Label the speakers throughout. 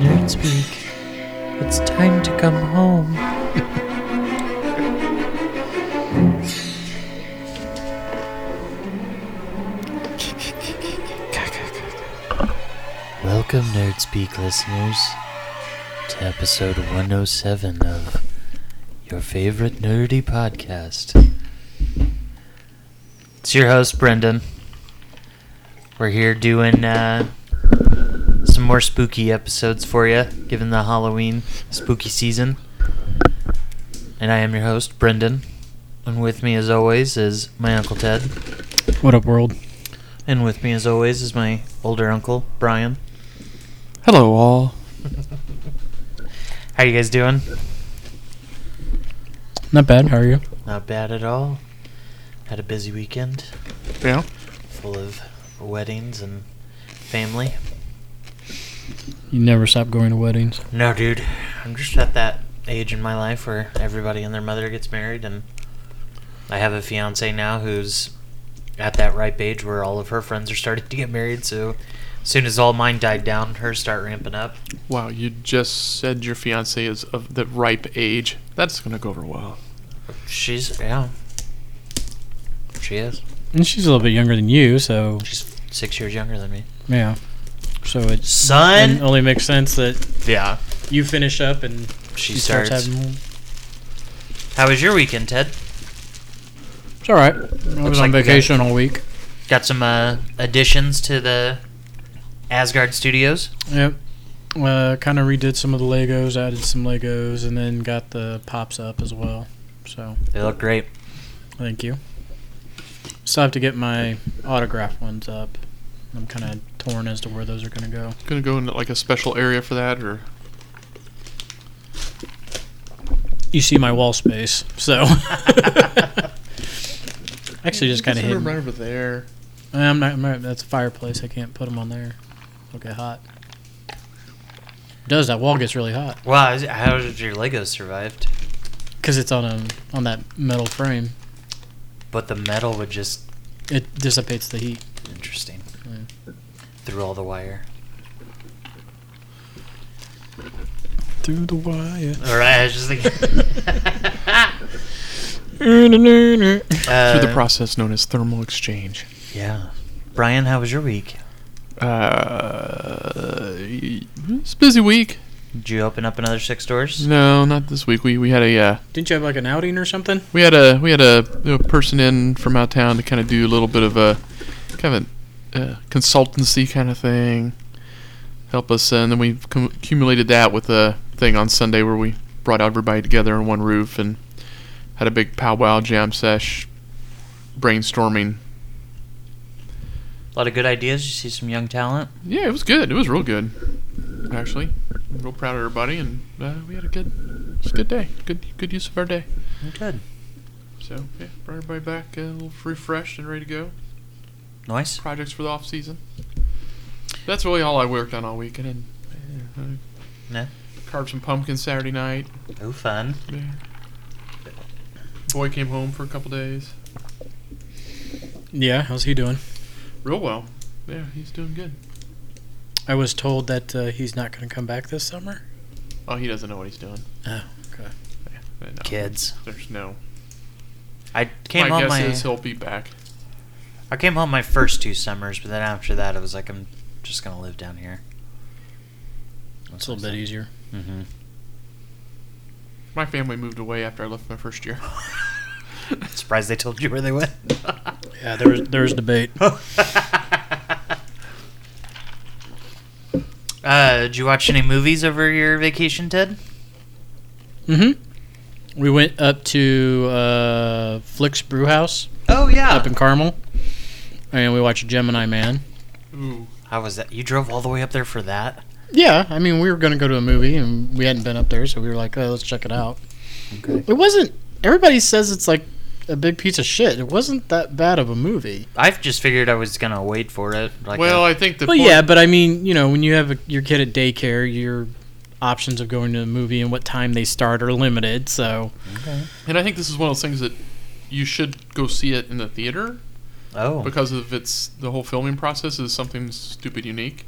Speaker 1: Nerds Week. It's time to come home. Welcome, Nerdspeak listeners, to episode 107 of your favorite nerdy podcast. It's your host, Brendan. We're here doing uh, some more spooky episodes for you, given the Halloween spooky season. And I am your host, Brendan. And with me, as always, is my Uncle Ted.
Speaker 2: What up, world?
Speaker 1: And with me, as always, is my older uncle, Brian.
Speaker 2: Hello, all.
Speaker 1: How you guys doing?
Speaker 2: Not bad. How are you?
Speaker 1: Not bad at all. Had a busy weekend
Speaker 3: Yeah.
Speaker 1: full of weddings and family.
Speaker 2: You never stop going to weddings.
Speaker 1: No, dude. I'm just at that age in my life where everybody and their mother gets married, and I have a fiance now who's at that ripe age where all of her friends are starting to get married. So, as soon as all mine died down, hers start ramping up.
Speaker 3: Wow, you just said your fiance is of the ripe age. That's gonna go over well.
Speaker 1: She's yeah, she is.
Speaker 2: And she's a little bit younger than you, so
Speaker 1: She's six years younger than me.
Speaker 2: yeah. So it's it
Speaker 1: Son,
Speaker 2: only makes sense that
Speaker 3: Yeah.
Speaker 2: you finish up and
Speaker 1: she
Speaker 2: she starts,
Speaker 1: starts.
Speaker 2: having.
Speaker 1: How was your weekend, Ted?
Speaker 2: It's all right. I was
Speaker 1: like
Speaker 2: on
Speaker 1: we got-
Speaker 2: vacation all week.
Speaker 1: Got some uh, additions to the Asgard Studios.
Speaker 2: Yep. Uh, kind of redid some of the Legos, added some Legos, and then got the pops up as well. So
Speaker 1: They look great.
Speaker 2: thank you. Still have to get my autograph ones up. I'm kind of torn as to where those are going to go.
Speaker 3: Gonna go into like a special area for that, or
Speaker 2: you see my wall space. So actually, just kind of
Speaker 3: hit
Speaker 2: hidden. Eh,
Speaker 3: right over there.
Speaker 2: I'm not, I'm not- That's a fireplace. I can't put them on there. It'll get hot. It does that wall gets really hot
Speaker 1: Wow, is- how did your Legos survived?
Speaker 2: because it's on a on that metal frame.
Speaker 1: But the metal would just
Speaker 2: It dissipates the heat.
Speaker 1: interesting
Speaker 2: Mm.
Speaker 1: through all the wire.
Speaker 2: Through the wire.
Speaker 1: All right, I was just thinking.
Speaker 3: Through the
Speaker 1: Uh,
Speaker 3: process known as thermal exchange.
Speaker 1: yeah, Brian, how was your week?
Speaker 3: Uh, it's a busy week.
Speaker 1: Did you open up another six doors?
Speaker 3: No, not this week. We we had a uh,
Speaker 2: Didn't you have like an outing or something?
Speaker 3: we had a we had a, a person in from out of town to kind of do a little bit of a kind of a uh, consultancy kind of thing, help us, and then we com- accumulated that with a thing on Sunday where we brought everybody together on one roof and had a big powwow jam sesh, brainstorming.
Speaker 1: A lot of good ideas. You see some young talent.
Speaker 3: Yeah, it was good. It was real good, actually. I'm real proud of everybody, and uh, we had a good, it was a good day. Good, good use of our day.
Speaker 1: Good,
Speaker 3: So yeah, brought everybody back uh, a little refreshed and ready to go.
Speaker 1: nice.
Speaker 3: projects for the off season. That's really all I worked on all week. I didn't. I
Speaker 1: Yeah.
Speaker 3: Carved some pumpkin Saturday night.
Speaker 1: Oh, fun.
Speaker 3: Boy came home for a couple days.
Speaker 2: Yeah. How's he doing?
Speaker 3: Real well. Yeah, he's doing good.
Speaker 2: I was told that uh, he's not going to come back this summer.
Speaker 3: Oh, he doesn't know what he's doing.
Speaker 2: Oh, okay.
Speaker 3: Yeah, but no,
Speaker 1: Kids.
Speaker 3: There's no.
Speaker 1: I came
Speaker 3: my
Speaker 1: home
Speaker 3: guess
Speaker 1: my
Speaker 3: is he'll be back.
Speaker 1: I came home my first two summers, but then after that, I was like, I'm just gonna live down here.
Speaker 2: It's a little bit easier.
Speaker 1: Mm-hmm.
Speaker 3: My family moved away after I left my first year.
Speaker 1: Surprised they told you where they went.
Speaker 2: Yeah, there was there was debate.
Speaker 1: Uh, did you watch any movies over your vacation, Ted?
Speaker 2: Mm-hmm. We went up to uh, Flick's Brew House
Speaker 1: Oh
Speaker 2: up in Carmel, and we watched Gemini Man.
Speaker 1: How was that? You drove all the way up there for that?
Speaker 2: Yeah, I mean, we were going to go to a movie, and we hadn't been up there, so we were like, oh, let's check it out.
Speaker 1: Okay.
Speaker 2: It wasn't. Everybody says it's like a big piece of shit. It wasn't that bad of a movie.
Speaker 1: I've just figured I was gonna wait for it. Like
Speaker 3: well,
Speaker 1: a-
Speaker 3: I think the
Speaker 2: Well,
Speaker 3: point-
Speaker 2: yeah, but I mean, you know, when you have a, your kid at daycare, your options of going to a movie and what time they start are limited. So
Speaker 3: and I think this is one of those things that you should go see it in the theater
Speaker 1: oh,
Speaker 3: because of its the whole filming process is something stupid unique.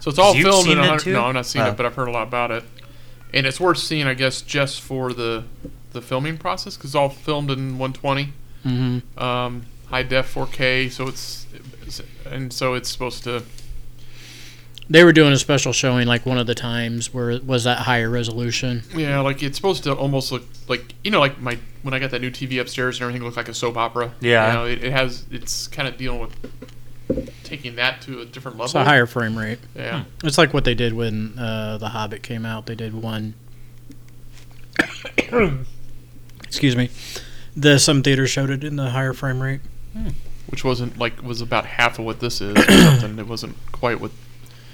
Speaker 3: So it's all
Speaker 1: You've
Speaker 3: filmed
Speaker 1: seen
Speaker 3: in
Speaker 1: it
Speaker 3: a hundred-
Speaker 1: too?
Speaker 3: No, I've not seen
Speaker 1: Oh.
Speaker 3: it, but I've heard a lot about it, and it's worth seeing, I guess, just for the the filming process because it's all filmed in 120,
Speaker 2: mm-hmm.
Speaker 3: um, high def 4K. So it's and so it's supposed to.
Speaker 2: they were doing a special showing like one of the times where it was that higher resolution.
Speaker 3: Yeah, like it's supposed to almost look like you know, like my when I got that new TV upstairs and everything looked like a soap opera.
Speaker 1: Yeah.
Speaker 3: you know, it, it has it's kind of dealing with taking that to a different level.
Speaker 2: It's a higher frame rate.
Speaker 3: Yeah,
Speaker 2: It's like what they did when uh, The Hobbit came out. They did one. Excuse me. The some theaters showed it in the higher frame rate.
Speaker 3: which wasn't like was about half of what this is. or something. It wasn't quite what.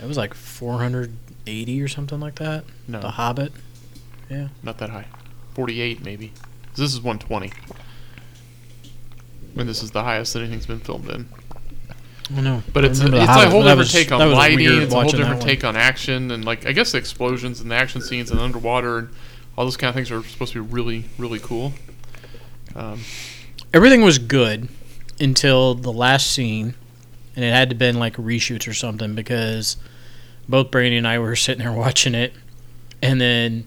Speaker 2: It was like 480 or something like that.
Speaker 3: No,
Speaker 2: The Hobbit.
Speaker 3: not that high. Forty-eight maybe. 'Cause This is one twenty. And this is the highest that anything's been filmed in.
Speaker 2: Oh no!
Speaker 3: But it's, a, it's a whole different take on lighting. It's a whole different take on action, and like I guess the explosions and the action scenes and underwater and all those kind of things are supposed to be really, really cool. Um,
Speaker 2: Everything was good until the last scene, and it had to been like reshoots or something because both Brandy and I were sitting there watching it, and then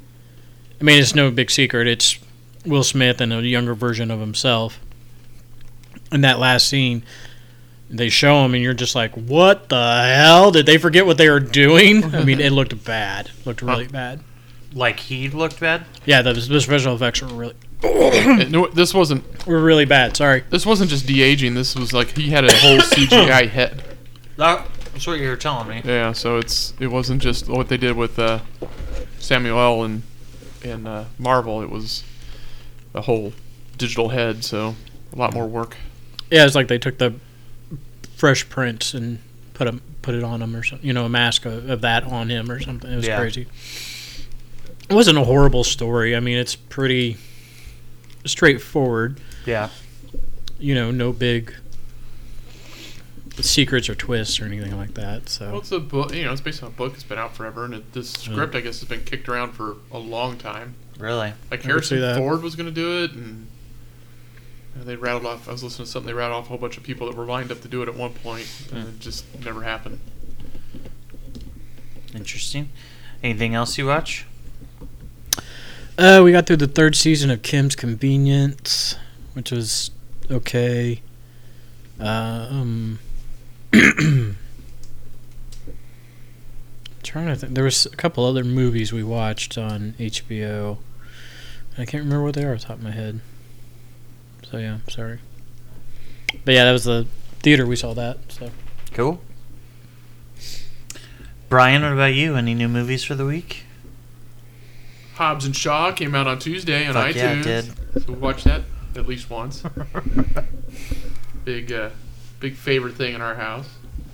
Speaker 2: I mean it's no big secret. It's Will Smith and a younger version of himself. In that last scene, they show him, and you're just like, "What the hell? Did they forget what they were doing?" I mean, it looked bad. Looked really bad.
Speaker 1: like he looked bad.
Speaker 2: Yeah, the, the special effects were really
Speaker 3: and no, this wasn't
Speaker 2: were really bad. Sorry.
Speaker 3: this wasn't just de aging. This was like he had a whole CGI head.
Speaker 1: Oh, That's what you were telling me.
Speaker 3: Yeah, so it's it wasn't just what they did with uh, Samuel L. and and uh, Marvel. It was a whole digital head. So a lot more work.
Speaker 2: Yeah, it's like they took the fresh prints and put a, put it on him or something. You know, a mask of, of that on him or something. It was
Speaker 1: Yeah.
Speaker 2: crazy. It wasn't a horrible story. I mean, it's pretty straightforward.
Speaker 1: Yeah.
Speaker 2: You know, no big secrets or twists or anything like that.
Speaker 3: Well,
Speaker 2: So
Speaker 3: it's a book. You know, it's based on a book. It's been out forever, and it, this script, I guess, has been kicked around for a long time.
Speaker 1: Really?
Speaker 3: Like
Speaker 2: I could see
Speaker 3: Harrison
Speaker 2: that.
Speaker 3: Ford was going to do it, and and they rattled off. I was listening to something. They rattled off a whole bunch of people that were lined up to do it at one point, and it just never happened.
Speaker 1: Interesting. Anything else you watch?
Speaker 2: uh, we got through the third season of Kim's Convenience, which was okay. Uh, um, trying to think, there was a couple other movies we watched on HBO. I can't remember what they are off the top of my head. So yeah, sorry. But yeah, that was the theater we saw that. So
Speaker 1: Cool. Brian, what about you? Any new movies for the week?
Speaker 3: Hobbs and Shaw came out on Tuesday on
Speaker 1: Fuck
Speaker 3: iTunes.
Speaker 1: yeah, it did.
Speaker 3: So watch that at least once. big, uh, big favorite thing in our house.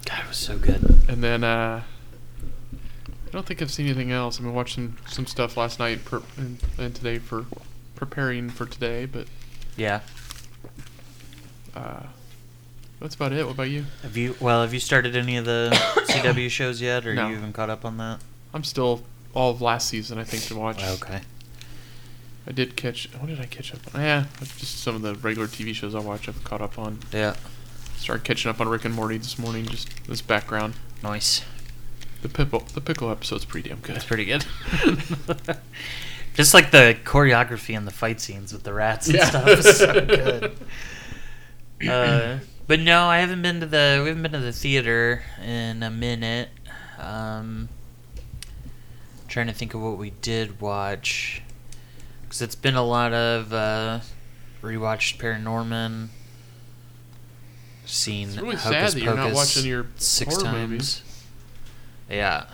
Speaker 1: God, it was so good.
Speaker 3: And then uh, I don't think I've seen anything else. I mean, I watched some, some stuff last night per, and, and today for preparing for today, but
Speaker 1: Yeah.
Speaker 3: uh, that's about it. What about you?
Speaker 1: Have you? Well, have you started any of the CW shows yet, or
Speaker 3: No.
Speaker 1: you even caught up on that?
Speaker 3: I'm still all of last season, I think, to watch.
Speaker 1: Okay.
Speaker 3: I did catch. What did I catch up on? Yeah, just some of the regular TV shows I watch. I've caught up on.
Speaker 1: Yeah.
Speaker 3: Started catching up on Rick and Morty this morning, just as background.
Speaker 1: Nice.
Speaker 3: The pickle, the pickle episode's pretty damn good.
Speaker 1: That's pretty good. Just like the choreography and the fight scenes with the rats and
Speaker 3: Yeah.
Speaker 1: stuff is so good. Uh, but no, I haven't been to the we haven't been to the theater in a minute. Um, trying to think of what we did watch because it's been a lot of uh, rewatched Paranorman, seen
Speaker 3: It's really
Speaker 1: Hocus
Speaker 3: sad that you're not
Speaker 1: Pocus
Speaker 3: watching your
Speaker 1: six
Speaker 3: horror
Speaker 1: times.
Speaker 3: movies.
Speaker 1: Yeah,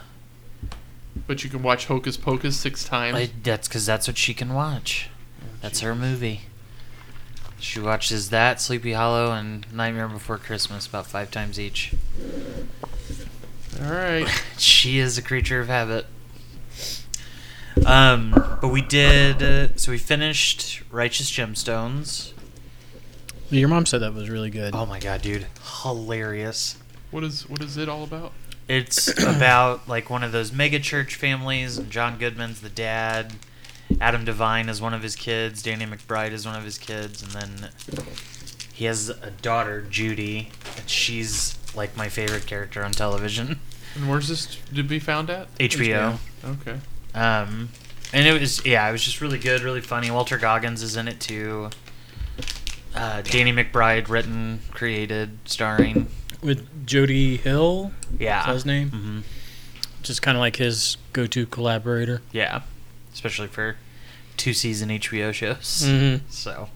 Speaker 3: But you can watch Hocus Pocus six times.
Speaker 1: I, that's because that's what she can watch. That's her movie. She watches that, Sleepy Hollow, and Nightmare Before Christmas about five times each.
Speaker 3: All right.
Speaker 1: she is a creature of habit. Um, but we did. Uh, so we finished Righteous Gemstones.
Speaker 2: Your mom said that was really good.
Speaker 1: Oh my god, dude, hilarious!
Speaker 3: What is what is it all about?
Speaker 1: It's about like one of those mega church families, and John Goodman's the dad. Adam Devine is one of his kids. Danny McBride is one of his kids, and then he has a daughter, Judy, and she's like my favorite character on television.
Speaker 3: And where's this to be found at?
Speaker 1: HBO.
Speaker 3: Okay.
Speaker 1: Um, and it was yeah, it was just really good, really funny. Walter Goggins is in it too. Uh, Danny McBride, written, created, starring.
Speaker 2: With Jody Hill,
Speaker 1: Yeah.
Speaker 2: is that his name?
Speaker 1: hmm
Speaker 2: Just kind of like his go-to collaborator.
Speaker 1: Yeah, especially for two season HBO shows.
Speaker 2: Mm-hmm.
Speaker 1: So,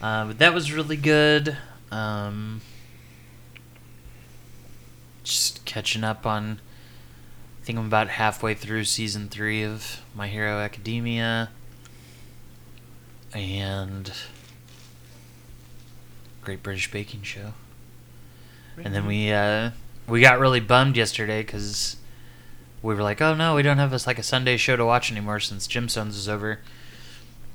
Speaker 1: uh, but that was really good. Um, just catching up on. I think I'm about halfway through season three of My Hero Academia, and Great British Baking Show. And then we uh, we got really bummed yesterday because we were like, oh no, we don't have this like a Sunday show to watch anymore since Gemstones is over.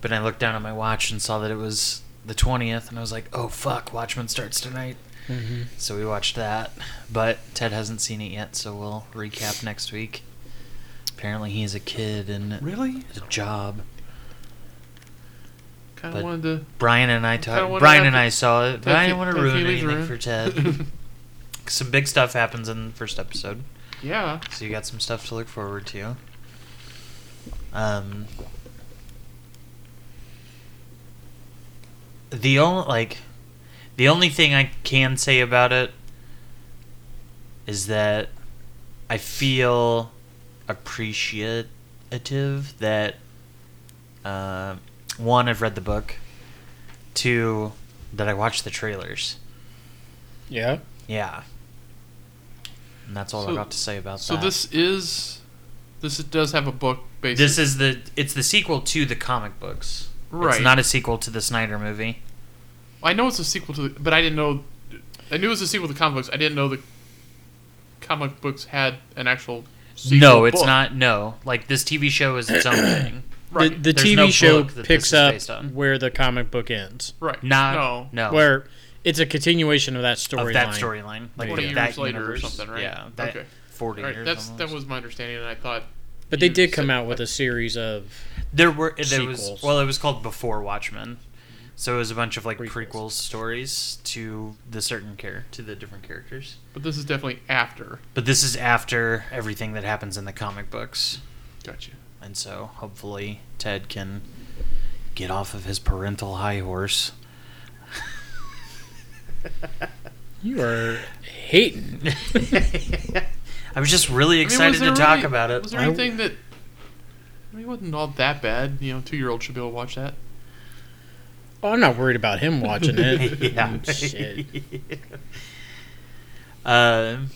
Speaker 1: But I looked down at my watch and saw that it was the twentieth, and I was like, oh fuck, Watchmen starts tonight.
Speaker 2: Mm-hmm.
Speaker 1: So we watched that, but Ted hasn't seen it yet, so we'll recap next week. Apparently, he is a kid and
Speaker 3: Really?
Speaker 1: has a job.
Speaker 3: Kind
Speaker 1: But-
Speaker 3: of wanted
Speaker 1: Brian and I
Speaker 3: Kinda
Speaker 1: talked.
Speaker 3: wanna
Speaker 1: Brian
Speaker 3: have
Speaker 1: and
Speaker 3: to-
Speaker 1: I saw it,
Speaker 3: to.
Speaker 1: but I didn't want to ruin
Speaker 3: leave the
Speaker 1: anything
Speaker 3: room.
Speaker 1: for Ted. Some big stuff happens in the first episode.
Speaker 3: yeah.
Speaker 1: So you got some stuff to look forward to. Um, the only like, the only thing I can say about it is that I feel appreciative that uh, one, I've read the book. Two, that I watched the trailers.
Speaker 2: Yeah.
Speaker 1: Yeah. And that's all
Speaker 3: So-
Speaker 1: I got to say about
Speaker 3: So
Speaker 1: that.
Speaker 3: this is this it does have a book based.
Speaker 1: This is the it's the sequel to the comic books.
Speaker 3: right.
Speaker 1: It's not a sequel to the Snyder movie.
Speaker 3: I know it's a sequel to, the, but I didn't know. I knew it was a sequel to comic books. I didn't know the comic books had an actual. Sequel
Speaker 1: no, it's
Speaker 3: book.
Speaker 1: not. No, like this TV show is its own thing.
Speaker 3: Right.
Speaker 2: The, the
Speaker 1: There's
Speaker 2: TV
Speaker 1: no
Speaker 2: show
Speaker 1: book that this
Speaker 2: picks
Speaker 1: is
Speaker 2: up
Speaker 1: based on.
Speaker 2: where the comic book ends,
Speaker 3: right.
Speaker 1: Not
Speaker 3: no.
Speaker 1: no
Speaker 2: where it's a continuation of that storyline.
Speaker 1: of that storyline. Like
Speaker 3: 40
Speaker 1: of
Speaker 3: years
Speaker 1: that
Speaker 3: later or
Speaker 1: universe.
Speaker 3: something, right?
Speaker 1: Yeah, that
Speaker 3: Okay.
Speaker 1: forty
Speaker 3: All right,
Speaker 1: years.
Speaker 3: that's that
Speaker 1: almost.
Speaker 3: was my understanding, and I thought
Speaker 2: But they
Speaker 3: You
Speaker 2: did come
Speaker 3: said-
Speaker 2: out with a series of
Speaker 1: there were there was
Speaker 2: Sequels.
Speaker 1: well it was called Before Watchmen, so it was a bunch of like
Speaker 2: Prequels.
Speaker 1: prequels, stories to the certain care to the different characters.
Speaker 3: But this is definitely after.
Speaker 1: But this is after everything that happens in the comic books.
Speaker 3: Gotcha.
Speaker 1: And so hopefully Ted can get off of his parental high horse.
Speaker 2: you are hating.
Speaker 1: I was just really excited to talk about it.
Speaker 3: Was there
Speaker 2: I-
Speaker 3: anything that? I mean, it wasn't all that bad. You know, two-year-old should be able to watch that.
Speaker 2: Oh, I'm not worried about him watching it.
Speaker 1: yeah.
Speaker 2: Shit.
Speaker 1: Um,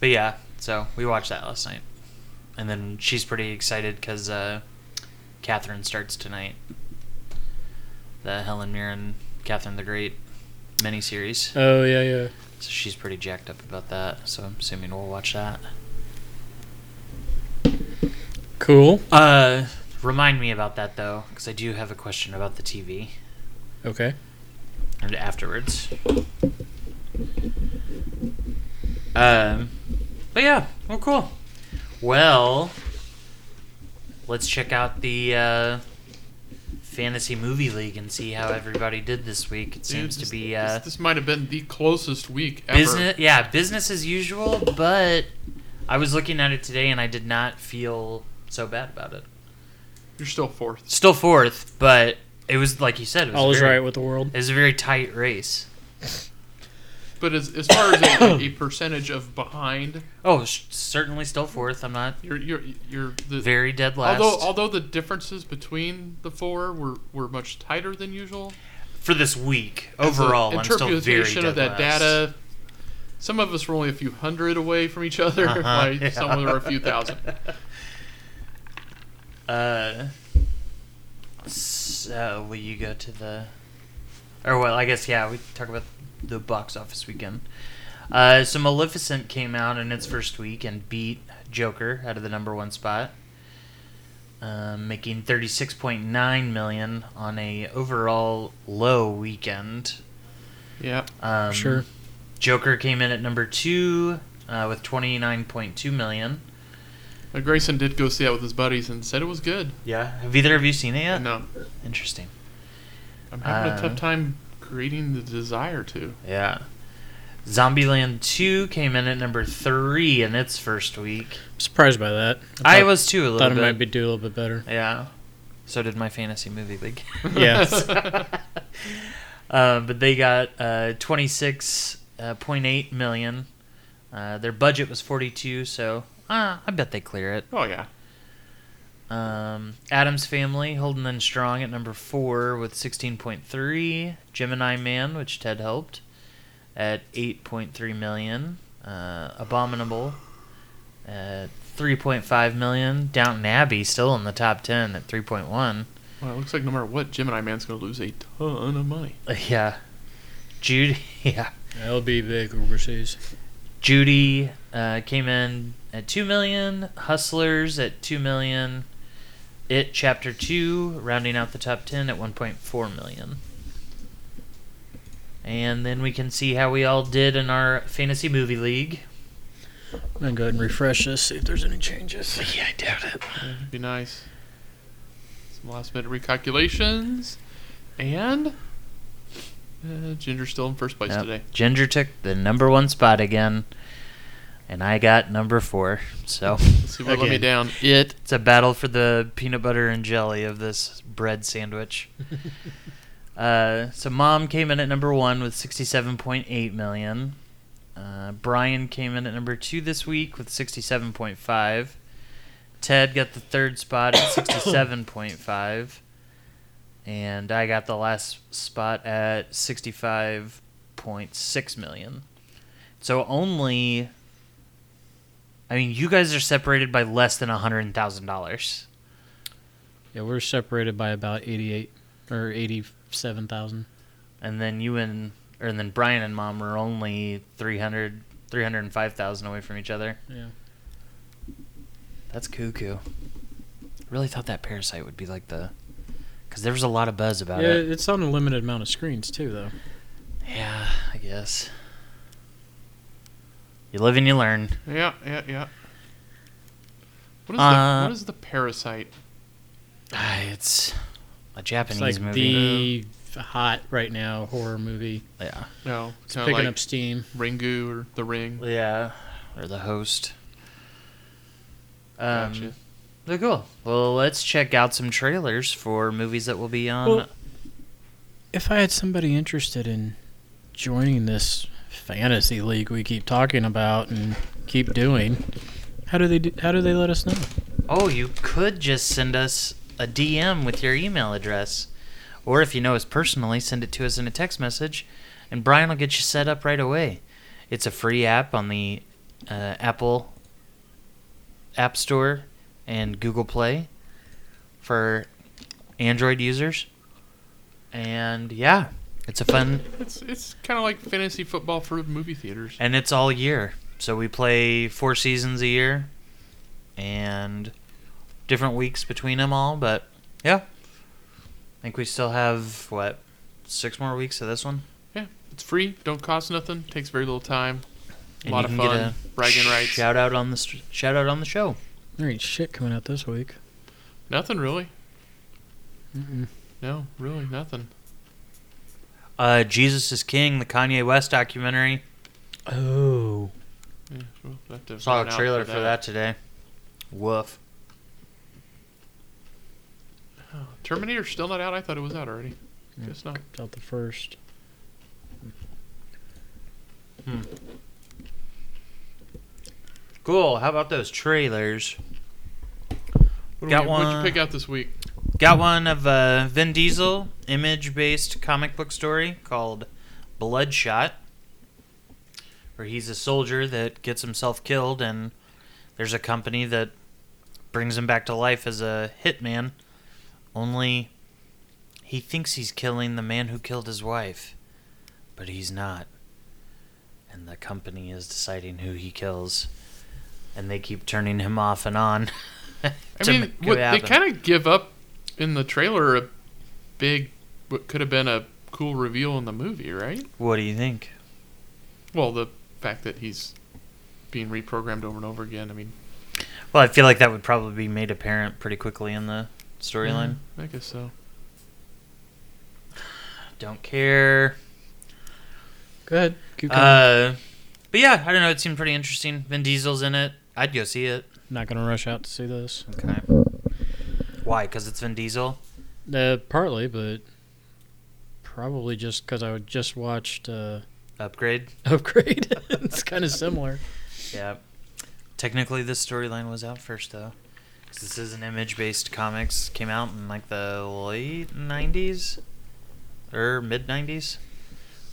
Speaker 1: but yeah, so we watched that last night. And then she's pretty excited because uh, Catherine starts tonight. The Helen Mirren, Catherine the Great miniseries.
Speaker 2: Oh yeah, yeah.
Speaker 1: So she's pretty jacked up about that. So I'm assuming we'll watch that.
Speaker 2: Cool.
Speaker 1: Uh, remind me about that though, because I do have a question about the TV
Speaker 2: Okay.
Speaker 1: and afterwards. Um, but yeah, well, cool. Well, let's check out the uh, fantasy movie league and see how everybody did this week. It
Speaker 3: Dude,
Speaker 1: seems
Speaker 3: this-
Speaker 1: to be
Speaker 3: this-
Speaker 1: uh,
Speaker 3: This, might have been the closest week ever.
Speaker 1: business yeah business as usual but i was looking at it today and i did not feel so bad about it
Speaker 3: You're still fourth.
Speaker 1: still fourth but it was like you said it was,
Speaker 2: All
Speaker 1: a
Speaker 2: is
Speaker 1: very,
Speaker 2: right with the world.
Speaker 1: it was a very tight race
Speaker 3: But as, as far as a, a percentage of behind,
Speaker 1: oh s certainly still fourth i'm not
Speaker 3: you're you're you're the
Speaker 1: very dead last
Speaker 3: although although the differences between the four were were much tighter than usual.
Speaker 1: for this week
Speaker 3: As a
Speaker 1: overall, I'm still very
Speaker 3: interpretation
Speaker 1: dead
Speaker 3: of that
Speaker 1: last.
Speaker 3: data. Some of us were only a few hundred away from each other.
Speaker 1: Uh-huh,
Speaker 3: like,
Speaker 1: yeah.
Speaker 3: Some were a few thousand.
Speaker 1: Uh, so will you go to the, or well, I guess yeah, we can talk about the box office weekend. Uh, so Maleficent came out in its first week and beat Joker out of the number one spot, um, making thirty six point nine million on a overall low weekend.
Speaker 3: Yeah.
Speaker 1: Um,
Speaker 2: Sure.
Speaker 1: Joker came in at number two uh, with twenty nine point two million.
Speaker 3: Now, Grayson did go see that with his buddies and said it was good.
Speaker 1: Yeah. Have either of you seen it yet?
Speaker 3: No,
Speaker 1: Interesting.
Speaker 3: I'm having a
Speaker 1: Uh,
Speaker 3: tough time creating the desire to.
Speaker 1: Yeah. Zombieland 2 came in at number 3 in its first week.
Speaker 2: I'm surprised by that.
Speaker 1: I,
Speaker 2: thought-
Speaker 1: was too a little
Speaker 2: thought it
Speaker 1: bit.
Speaker 2: might be do a little bit better.
Speaker 1: Yeah. So did my fantasy movie league.
Speaker 2: Yeah.
Speaker 1: uh, but they got uh, 26.8 million. Uh, their budget was 42, so uh, I bet they clear it.
Speaker 3: Oh yeah.
Speaker 1: Um, Adam's Family holding in strong at number four with 16.3. Gemini Man, which Ted helped, at 8.3 million. Uh, Abominable at 3.5 million. Downton Abbey still in the top 10 at 3.1.
Speaker 3: Well, it looks like no matter what, Gemini Man's going to lose a ton of money.
Speaker 1: Yeah. Judy, yeah.
Speaker 2: That'll be big overseas.
Speaker 1: Judy uh, came in at 2 million. Hustlers at 2 million. It Chapter 2 rounding out the top 10 at 1.4 million. And then we can see how we all did in our fantasy movie league.
Speaker 2: I'm gonna go ahead and refresh this, see if there's any changes. Yeah, I doubt it.
Speaker 3: It'd be nice. Some last minute recalculations, and uh, Ginger's still in first place
Speaker 1: Yep.
Speaker 3: today.
Speaker 1: Ginger took the number one spot again, and I got number four. So
Speaker 3: Let's see what let me
Speaker 2: Again.
Speaker 3: down. It.
Speaker 1: it's a battle for the peanut butter and jelly of this bread sandwich. Uh, so mom came in at number one with 67.8 million. Uh, Brian came in at number two this week with 67.5. Ted got the third spot at 67.5. And I got the last spot at 65.6 million. So only. I mean, you guys are separated by less than $100,000.
Speaker 2: yeah, we're separated by about 88 or 87,000.
Speaker 1: and then you and or and then Brian and mom were only 300 305,000 away from each other.
Speaker 2: Yeah.
Speaker 1: That's cuckoo. Really thought that parasite would be like the cuz there was a lot of buzz about
Speaker 2: yeah,
Speaker 1: it.
Speaker 2: it's on a limited amount of screens too, though.
Speaker 1: Yeah, I guess. You live and you learn.
Speaker 3: Yeah, yeah, yeah. What is
Speaker 1: Uh,
Speaker 3: the what is the parasite?
Speaker 1: Ah, It's a
Speaker 2: It's
Speaker 1: Japanese
Speaker 2: like
Speaker 1: movie.
Speaker 2: the hot right now horror movie.
Speaker 1: yeah.
Speaker 3: No, it's
Speaker 2: It's
Speaker 3: kind
Speaker 2: picking
Speaker 3: of like
Speaker 2: up steam.
Speaker 3: Ringu or The Ring.
Speaker 1: Yeah, or the host. Um,
Speaker 3: Gotcha.
Speaker 1: They're cool. Well, let's check out some trailers for movies that will be on
Speaker 2: Well- If I had somebody interested in joining this fantasy league we keep talking about and keep doing, how do they do, how do they let us know?
Speaker 1: Oh, you could just send us a DM with your email address. Or if you know us personally, send it to us in a text message, and Brian will get you set up right away. It's a free app on the uh, Apple App Store and Google Play for Android users. And yeah, it's a fun,
Speaker 3: It's it's kind of like fantasy football for movie theaters.
Speaker 1: and it's all year. So we play four seasons a year and different weeks between them all, but yeah. I think we still have what six more weeks of this one.
Speaker 3: Yeah, it's free. Don't cost nothing. Takes very little time.
Speaker 1: And
Speaker 3: lot
Speaker 1: you can
Speaker 3: of
Speaker 1: get
Speaker 3: fun,
Speaker 1: a
Speaker 3: bragging rights.
Speaker 1: Shout out on the st- shout out on the show.
Speaker 2: There ain't shit coming out this week.
Speaker 3: Nothing really.
Speaker 2: Mm-mm.
Speaker 3: No, really nothing.
Speaker 1: Uh, Jesus is King, the Kanye West documentary.
Speaker 2: Oh,
Speaker 3: Yeah, we'll have to
Speaker 1: Saw
Speaker 3: run
Speaker 1: a
Speaker 3: out
Speaker 1: trailer for that today. Woof.
Speaker 3: Oh, Terminator's still not out. I thought it was out already.
Speaker 2: Yeah.
Speaker 3: Guess not.
Speaker 2: it's out the first.
Speaker 1: Cool. How about those trailers?
Speaker 3: What
Speaker 1: Got
Speaker 3: did you
Speaker 1: one.
Speaker 3: pick out this week?
Speaker 1: Got one of a Vin Diesel image based comic book story called Bloodshot, where he's a soldier that gets himself killed, and there's a company that brings him back to life as a hitman. Only he thinks he's killing the man who killed his wife, but he's not. And the company is deciding who he kills, and they keep turning him off and on.
Speaker 3: I
Speaker 1: to
Speaker 3: mean,
Speaker 1: make it
Speaker 3: what, they
Speaker 1: happen.
Speaker 3: kind of give up in the trailer a big, what could have been a cool reveal in the movie, right?
Speaker 1: What do you think?
Speaker 3: Well, the fact that he's being reprogrammed over and over again. I mean,
Speaker 1: Well, I feel like that would probably be made apparent pretty quickly in the
Speaker 2: Mm.
Speaker 1: storyline.
Speaker 3: I guess so.
Speaker 1: Don't care.
Speaker 2: Go ahead. Keep going.
Speaker 1: Uh, but yeah, I don't know. It seemed pretty interesting. Vin Diesel's in it. I'd go see it.
Speaker 2: Not gonna rush out to see this.
Speaker 1: Okay. Why? Because it's Vin Diesel.
Speaker 2: Uh, partly, but probably just because I would just watched uh,
Speaker 1: Upgrade.
Speaker 2: Upgrade. it's kind of similar.
Speaker 1: Yeah. Technically, this storyline was out first though. 'Cause This is an image-based comics came out in like the late Er, '90s or mid '90s.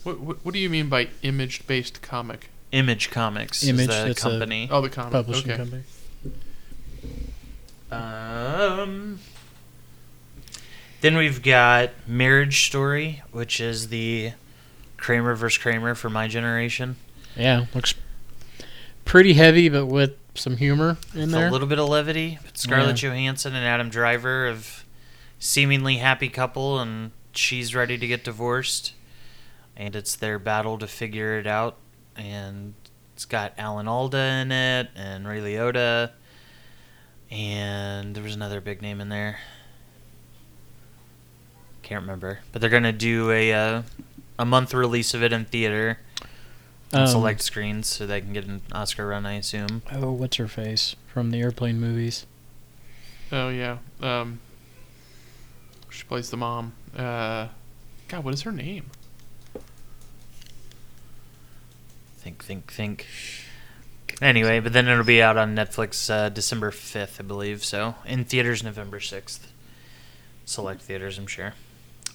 Speaker 3: What, what, what do you mean by image-based comic?
Speaker 1: Image Comics
Speaker 2: Image,
Speaker 1: is the
Speaker 2: that's a-
Speaker 1: company.
Speaker 3: Oh, the comic.
Speaker 2: Publishing
Speaker 3: okay.
Speaker 2: company.
Speaker 1: Um, then we've got Marriage Story, which is the Kramer versus Kramer for my generation.
Speaker 2: Yeah, looks pretty heavy, but with some humor in
Speaker 1: With
Speaker 2: there.
Speaker 1: a little bit of levity. But Scarlett Johansson and Adam Driver of seemingly happy couple, and she's ready to get divorced, and it's their battle to figure it out. And it's got Alan Alda in it, and Ray Liotta, and there was another big name in there. Can't remember, but they're gonna do a uh, a month release of it in theater, and
Speaker 2: Um,
Speaker 1: select screens, so they can get an Oscar run, I assume.
Speaker 2: Oh, what's her face from the airplane movies?
Speaker 3: Oh yeah. Um, she plays the mom. Uh, God, what is her name?
Speaker 1: Think, think, think. Anyway, but then it'll be out on Netflix uh, December 5th, I believe. So, in theaters November 6th. Select theaters, I'm sure.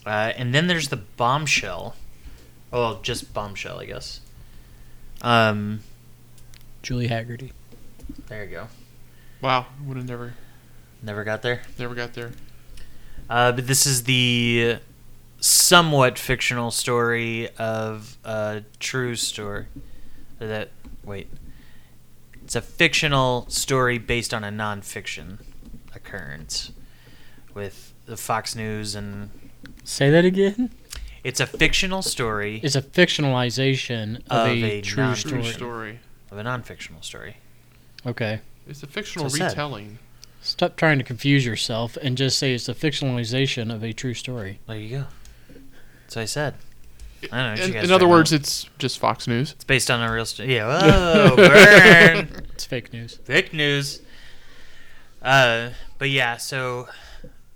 Speaker 1: Uh, and then there's the Bombshell. Well, just Bombshell, I guess. Um,
Speaker 2: Julie Haggerty.
Speaker 1: there you go.
Speaker 3: Wow, would have never,
Speaker 1: Never got there.
Speaker 3: never got there.
Speaker 1: Uh, but this is the somewhat fictional story of a true story. That wait, it's a fictional story based on a nonfiction occurrence with the Fox News, and
Speaker 2: Say that again.
Speaker 1: it's a fictional story
Speaker 2: It's a fictionalization of,
Speaker 1: Of
Speaker 2: a,
Speaker 1: a
Speaker 2: true
Speaker 1: non-
Speaker 3: True
Speaker 2: story.
Speaker 3: story.
Speaker 1: of a nonfictional story.
Speaker 2: Okay.
Speaker 3: It's a fictional
Speaker 1: So sad.
Speaker 3: retelling.
Speaker 2: Stop trying to confuse yourself and just say it's a fictionalization of a true story.
Speaker 1: There you go. That's what I said. I don't know. what you
Speaker 3: In,
Speaker 1: guys
Speaker 3: in
Speaker 1: are
Speaker 3: other
Speaker 1: talking
Speaker 3: words,
Speaker 1: about.
Speaker 3: it's just Fox News.
Speaker 1: it's based on a real story. Yeah. Oh, burn.
Speaker 2: It's fake news.
Speaker 1: Fake news. Uh, but yeah, so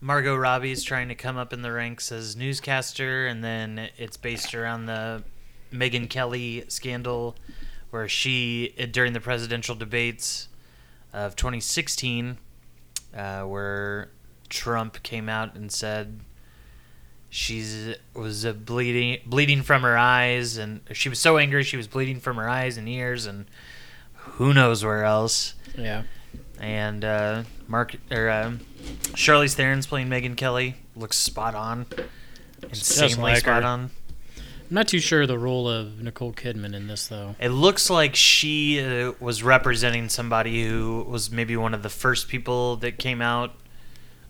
Speaker 1: Margot Robbie is trying to come up in the ranks as newscaster, and then it's based around the Megan Kelly scandal, where she eh, during the presidential debates of 2016, uh, where Trump came out and said she's was uh, bleeding bleeding from her eyes, and she was so angry she was bleeding from her eyes and ears, and who knows where else
Speaker 2: Yeah.
Speaker 1: and uh, Mark or um, Charlize Theron's playing Megan Kelly looks spot on, insanely
Speaker 2: like
Speaker 1: spot
Speaker 2: her.
Speaker 1: on.
Speaker 2: I'm not too sure of the role of Nicole Kidman in this though.
Speaker 1: It looks like she uh, was representing somebody who was maybe one of the first people that came out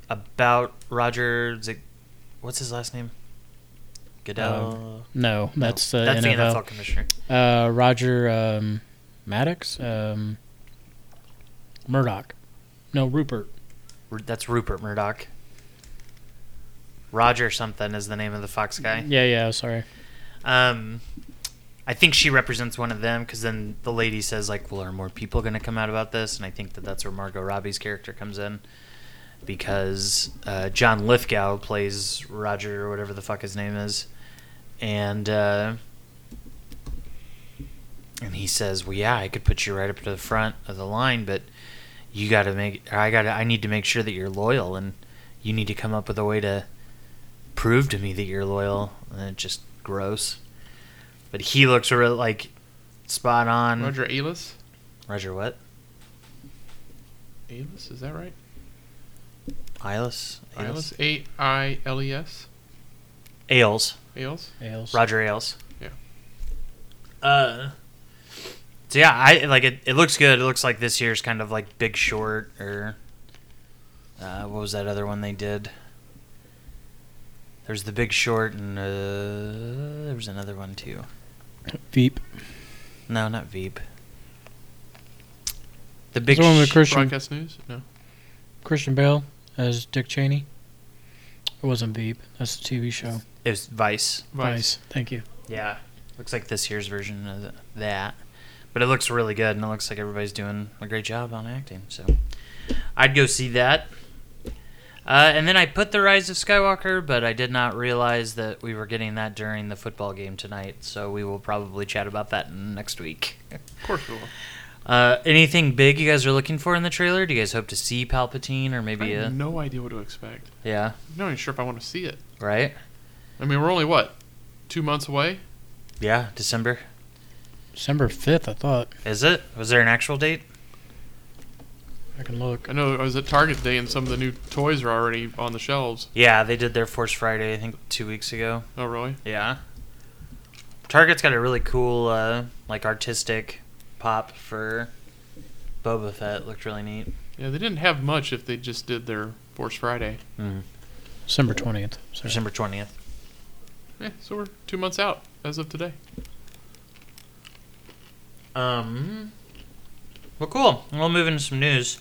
Speaker 1: about Roger. Zig- What's his last name? Goodell.
Speaker 2: Uh, No, that's uh, the
Speaker 1: that's
Speaker 2: NFL.
Speaker 1: the NFL commissioner.
Speaker 2: Uh, Roger um, Maddox, um, Murdoch. No, Rupert.
Speaker 1: Ru- That's Rupert Murdoch. Roger something is the name of the Fox guy.
Speaker 2: Yeah, yeah. Sorry.
Speaker 1: Um, I think she represents one of them because then the lady says like, "Well, are more people going to come out about this?" And I think that that's where Margot Robbie's character comes in because uh, John Lithgow plays Roger or whatever the fuck his name is, and uh, and he says, "Well, yeah, I could put you right up to the front of the line, but you got to make. I got. to I need to make sure that you're loyal and you need to come up with a way to prove to me that you're loyal. And it's just gross. But he looks real like spot on.
Speaker 3: Roger Ailes.
Speaker 1: Roger what?
Speaker 3: Ailes, is that right?
Speaker 1: Ailes?
Speaker 3: Ailes. A I L E S.
Speaker 1: Ailes.
Speaker 3: Ailes.
Speaker 2: Ales.
Speaker 1: Roger Ailes.
Speaker 3: Yeah.
Speaker 1: Uh. So yeah, I like it. It looks good. It looks like this year's kind of like Big Short or uh, what was that other one they did? There's the Big Short and uh, there was another one too.
Speaker 2: Veep.
Speaker 1: No, not Veep. The Big
Speaker 2: Big the one with
Speaker 1: Sh-
Speaker 2: Christian,
Speaker 3: Broadcast news. No.
Speaker 2: Christian Bale as Dick Cheney. It wasn't Veep. That's the TV show.
Speaker 1: it was Vice.
Speaker 3: Vice.
Speaker 2: Thank you.
Speaker 1: Yeah, looks like this year's version of th- that, but it looks really good, and it looks like everybody's doing a great job on acting. So, I'd go see that. Uh, and then I put the Rise of Skywalker, but I did not realize that we were getting that during the football game tonight. So we will probably chat about that next week.
Speaker 3: Of course we will.
Speaker 1: Uh, anything big you guys are looking for in the trailer? Do you guys hope to see Palpatine or maybe
Speaker 3: I have
Speaker 1: a
Speaker 3: no idea what to expect.
Speaker 1: yeah
Speaker 3: I'm not even sure if I want to see it.
Speaker 1: right
Speaker 3: I mean, we're only what two months away.
Speaker 1: yeah December
Speaker 2: December 5th, I thought.
Speaker 1: is it? Was there an actual date?
Speaker 2: I can look.
Speaker 3: I know I was at Target today, and some of the new toys are already on the shelves.
Speaker 1: Yeah, they did their Force Friday I think two weeks ago.
Speaker 3: Oh, really?
Speaker 1: Yeah. Target's got a really cool, uh, like artistic pop for Boba Fett. Looked really neat.
Speaker 3: Yeah, they didn't have much if they just did their Force Friday.
Speaker 2: December 20th. Sorry.
Speaker 1: December twentieth.
Speaker 3: Yeah, so we're two months out as of today.
Speaker 1: Um. Well, cool. We'll move into some news.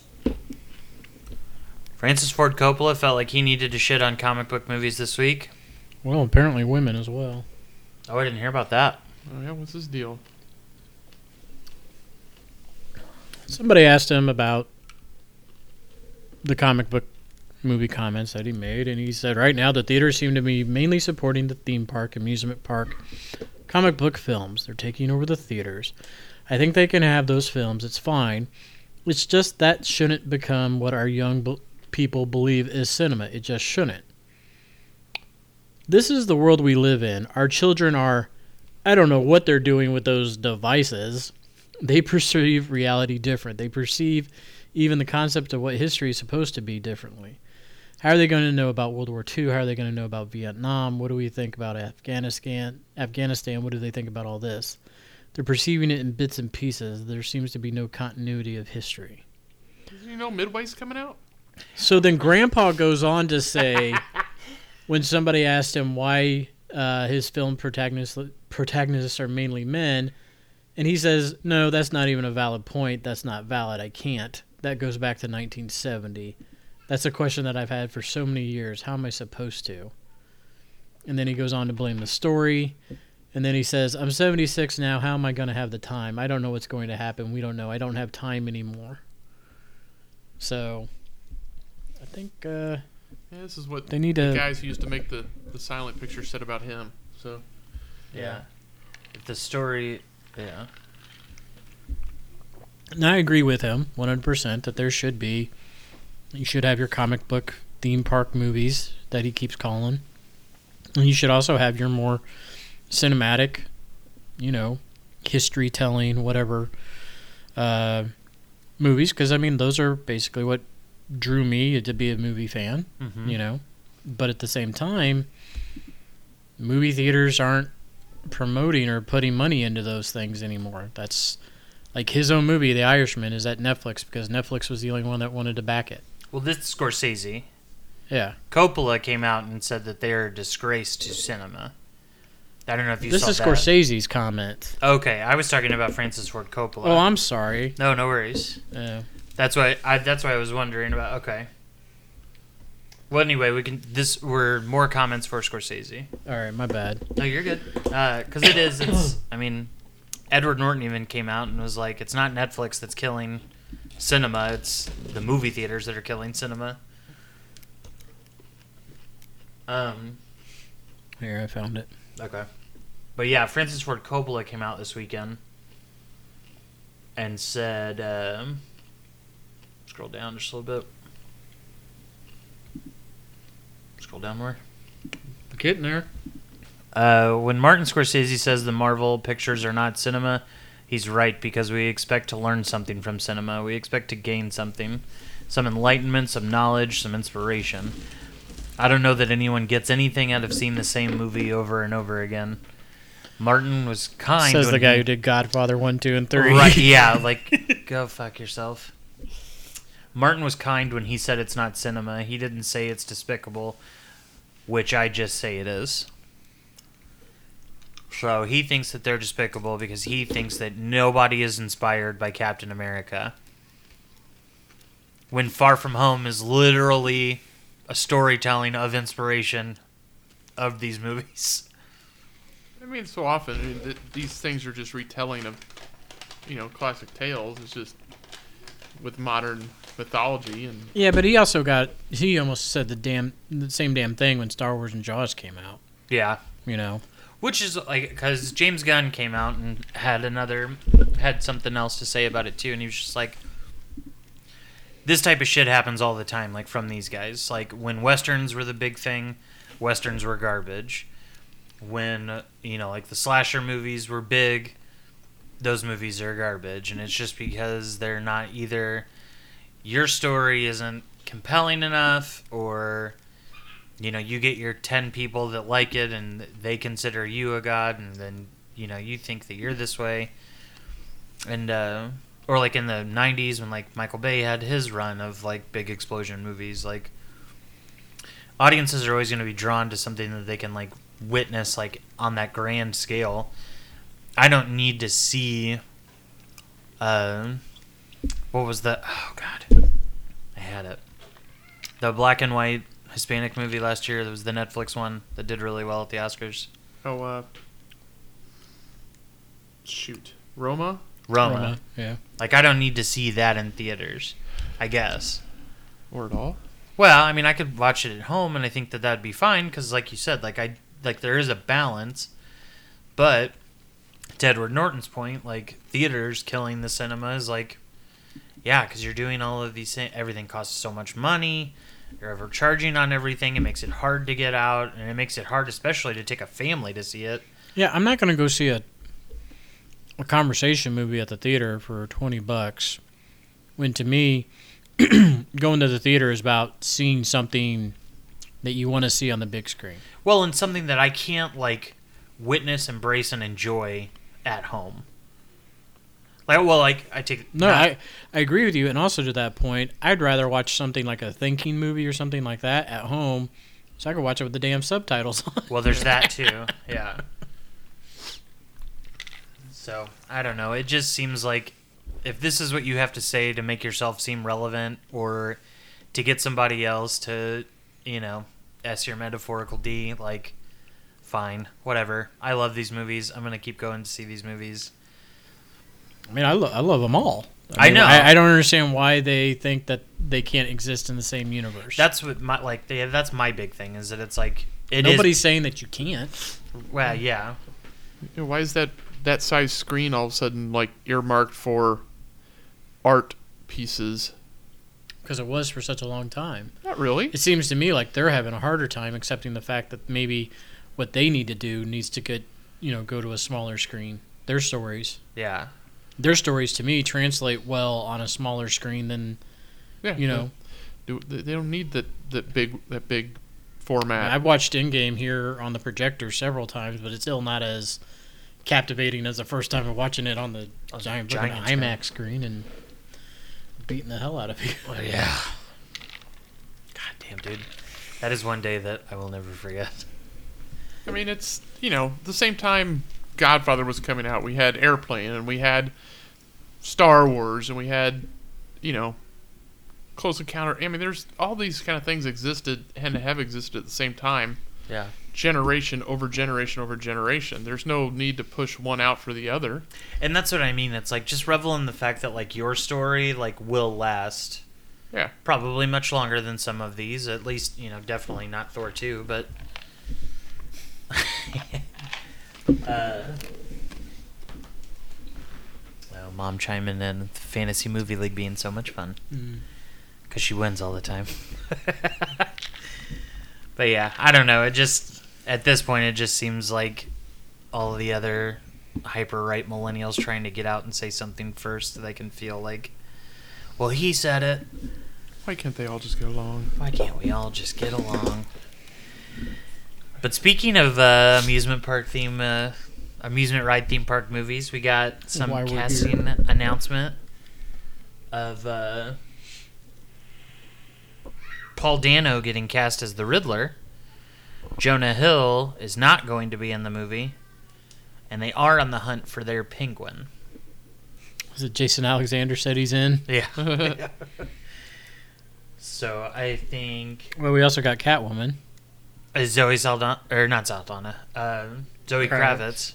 Speaker 1: Francis Ford Coppola felt like he needed to shit on comic book movies this week.
Speaker 2: Well, apparently women as well.
Speaker 1: Oh, I didn't hear about that.
Speaker 3: Oh, yeah, what's his deal?
Speaker 2: Somebody asked him about the comic book movie comments that he made, and he said, Right now, the theaters seem to be mainly supporting the theme park, amusement park, comic book films. They're taking over the theaters. I think they can have those films. It's fine. It's just that shouldn't become what our young b- people believe is cinema. It just shouldn't. This is the world we live in. Our children are, I don't know what they're doing with those devices they perceive reality different. They perceive even the concept of what history is supposed to be differently. How are they going to know about World War II? How are they going to know about Vietnam? What do we think about Afghanistan? Afghanistan, what do they think about all this? They're perceiving it in bits and pieces. There seems to be no continuity of history.
Speaker 3: Did you know Midway's coming out?
Speaker 2: So then Grandpa goes on to say, when somebody asked him why uh, his film protagonists protagonists are mainly men, and he says, "No, that's not even a valid point. That's not valid. I can't." That goes back to 1970. That's a question that I've had for so many years. How am I supposed to? And then he goes on to blame the story. And then he says, I'm 76 now. How am I going to have the time? I don't know what's going to happen. We don't know. I don't have time anymore. So I think uh,
Speaker 3: Yeah, this is what
Speaker 2: they need
Speaker 3: the
Speaker 2: to.
Speaker 3: guys who used to make the, the silent picture said about him. So
Speaker 1: Yeah. If the story. Yeah.
Speaker 2: And I agree with him 100% that there should be. You should have your comic book theme park movies that he keeps calling. And you should also have your more cinematic, you know, history telling, whatever uh, movies. Because, I mean, those are basically what drew me to be a movie fan,
Speaker 1: Mm-hmm.
Speaker 2: you know. But at the same time, movie theaters aren't promoting or putting money into those things anymore. That's like his own movie, The Irishman, is at Netflix because Netflix was the only one that wanted to back it.
Speaker 1: Well, this is Scorsese.
Speaker 2: Yeah,
Speaker 1: Coppola came out and said that they are a disgrace to cinema. I don't know if you
Speaker 2: this
Speaker 1: saw
Speaker 2: is
Speaker 1: that.
Speaker 2: Scorsese's comment.
Speaker 1: Okay, I was talking about Francis Ford Coppola.
Speaker 2: Oh, I'm sorry.
Speaker 1: no, no worries.
Speaker 2: Uh,
Speaker 1: That's why I that's why I was wondering about. Okay. Well, anyway, we can. This were more comments for Scorsese.
Speaker 2: all right, my bad.
Speaker 1: No, you're good. Because it is. It's. I mean, Edward Norton even came out and was like, "It's not Netflix that's killing cinema. It's the movie theaters that are killing cinema." Um.
Speaker 2: Here, I found it.
Speaker 1: Okay. But yeah, Francis Ford Coppola came out this weekend and said, um, scroll down just a little bit. Scroll down more.
Speaker 3: Getting there.
Speaker 1: Uh, when Martin Scorsese says the Marvel pictures are not cinema, he's right because we expect to learn something from cinema. We expect to gain something some enlightenment, some knowledge, some inspiration. I don't know that anyone gets anything out of seeing the same movie over and over again. Martin was kind.
Speaker 2: Says the
Speaker 1: when
Speaker 2: guy
Speaker 1: he-
Speaker 2: who did Godfather one, two, and three.
Speaker 1: Right, yeah, like go fuck yourself. Martin was kind when he said it's not cinema. He didn't say it's despicable, which I just say it is. So he thinks that they're despicable because he thinks that nobody is inspired by Captain America. When Far From Home is literally a storytelling of inspiration of these movies.
Speaker 3: I mean, so often I mean, th- these things are just retelling of, you know, classic tales. It's just with modern mythology and
Speaker 2: Yeah, but he also got he almost said the damn the same damn thing when Star Wars and Jaws came out.
Speaker 1: Yeah.
Speaker 2: You know,
Speaker 1: Which is like because James Gunn came out and had another had something else to say about it too, and he was just like, "This type of shit happens all the time, like from these guys. Like when westerns were the big thing, westerns were garbage. When you know, like the slasher movies were big, those movies are garbage, and it's just because they're not either your story isn't compelling enough or." you know you get your 10 people that like it and they consider you a god and then you know you think that you're this way and uh or like in the 90s when like michael bay had his run of like big explosion movies like audiences are always going to be drawn to something that they can like witness like on that grand scale i don't need to see um what was the oh god i had it the black and white Hispanic movie last year. That was the Netflix one that did really well at the Oscars.
Speaker 3: oh, uh, shoot, Roma.
Speaker 1: Roma.
Speaker 2: Roma, yeah.
Speaker 1: Like I don't need to see that in theaters. I guess.
Speaker 3: Or at all?
Speaker 1: Well, I mean, I could watch it at home, and I think that that'd be fine because, like you said, like I like there is a balance. But to Edward Norton's point, like theaters killing the cinema is like, yeah, because you're doing all of these. thi- Everything costs so much money. You're overcharging on everything. It makes it hard to get out, and it makes it hard, especially to take a family to see it.
Speaker 2: Yeah, I'm not gonna go see a a conversation movie at the theater for twenty bucks. When to me, going to the theater is about seeing something that you want to see on the big screen.
Speaker 1: Well, and something that I can't like witness, embrace, and enjoy at home. Like, well, like I take
Speaker 2: No, I, I agree with you. And also to that point, I'd rather watch something like a thinking movie or something like that at home so I could watch it with the damn subtitles on.
Speaker 1: Well, there's that too. Yeah. So I don't know. It just seems like if this is what you have to say to make yourself seem relevant or to get somebody else to, you know, s your metaphorical d, like, fine, whatever. I love these movies. I'm gonna keep going to see these movies.
Speaker 2: I mean, I, lo- I love them all.
Speaker 1: I
Speaker 2: mean,
Speaker 1: know.
Speaker 2: I, I don't understand why they think that they can't exist in the same universe.
Speaker 1: That's what my like. Yeah, that's my big thing is that it's like it is.
Speaker 2: Nobody's saying that you can't.
Speaker 1: Well, yeah.
Speaker 3: You know, why is that that size screen all of a sudden like earmarked for art pieces?
Speaker 2: Because it was for such a long time.
Speaker 3: Not really.
Speaker 2: It seems to me like they're having a harder time accepting the fact that maybe what they need to do needs to get, you know, go to a smaller screen. Their stories.
Speaker 1: Yeah.
Speaker 2: their stories to me translate well on a smaller screen than
Speaker 3: Yeah,
Speaker 2: you know.
Speaker 3: they, they they don't need that, that big that big
Speaker 1: Uh,
Speaker 2: I
Speaker 3: format.
Speaker 2: have watched Endgame here on the projector several times, but it's still not as captivating as the first time of watching it on the
Speaker 1: On the
Speaker 2: giant,
Speaker 1: giant
Speaker 2: giant
Speaker 1: screen.
Speaker 2: IMAX screen and beating the hell out of you.
Speaker 1: Well, Oh, yeah. God damn, dude. That is one day that I will never forget.
Speaker 3: I mean, it's you know the same time Godfather was coming out, we had Airplane and we had Star Wars and we had you know Close Encounter. I mean, there's all these kind of things existed and have existed at the same time.
Speaker 1: Yeah.
Speaker 3: Generation over generation over generation. There's no need to push one out for the other.
Speaker 1: And that's what I mean. It's like just revel in the fact that like your story like will last
Speaker 3: Yeah.
Speaker 1: probably much longer than some of these. At least, you know, definitely not Thor 2, but uh Oh, mom chiming in with fantasy movie league being so much fun. because she wins all the time. But yeah, I don't know. It just at this point it just seems like all the other hyper right millennials trying to get out and say something first so they can feel like well, he said it.
Speaker 3: Why can't they all just get along?
Speaker 1: Why can't we all just get along? But speaking of uh, amusement park theme, uh, amusement ride theme park movies, we got some
Speaker 2: Why we're
Speaker 1: casting announcement of uh, Paul Dano getting cast as the Riddler. Jonah Hill is not going to be in the movie, and they are on the hunt for their penguin.
Speaker 2: Is it Jason Alexander said he's in?
Speaker 1: Yeah. so I think
Speaker 2: Well, we also got Catwoman.
Speaker 1: Uh, Zoe Saldana, or not Saldana, um, Zoe Kravitz.
Speaker 2: Kravitz.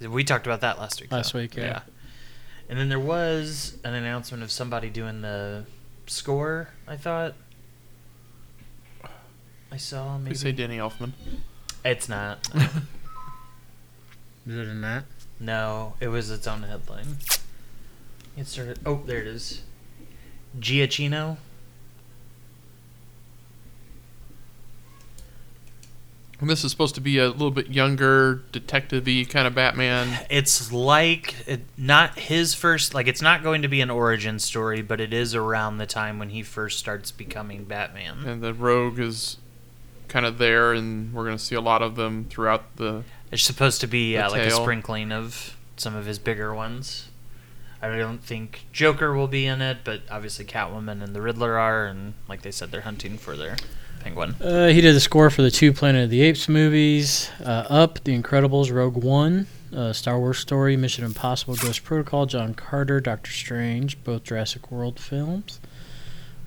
Speaker 1: Yeah. We talked about that last week.
Speaker 2: Last week, yeah.
Speaker 1: And then there was an announcement of somebody doing the score, I thought. I saw
Speaker 3: We
Speaker 1: maybe.
Speaker 3: say Danny Elfman.
Speaker 1: It's not.
Speaker 2: Is it in that?
Speaker 1: No, it was its own headline. It started. Oh, there it is. Giacchino.
Speaker 3: And this is supposed to be a little bit younger, detective-y kind of Batman.
Speaker 1: It's like it, not his first. Like it's not going to be an origin story, but it is around the time when he first starts becoming Batman.
Speaker 3: And the rogue is kind of there, and we're going to see a lot of them throughout the...
Speaker 1: It's supposed to be
Speaker 3: The
Speaker 1: uh, like a
Speaker 3: tail.
Speaker 1: sprinkling of some of his bigger ones. I don't think Joker will be in it, but obviously Catwoman and the Riddler are, and like they said, they're hunting for their penguin.
Speaker 2: Uh, he did the score for the two Planet of the Apes movies, uh, Up, The Incredibles, Rogue One, uh, Star Wars Story, Mission Impossible, Ghost Protocol, John Carter, Doctor Strange, both Jurassic World films,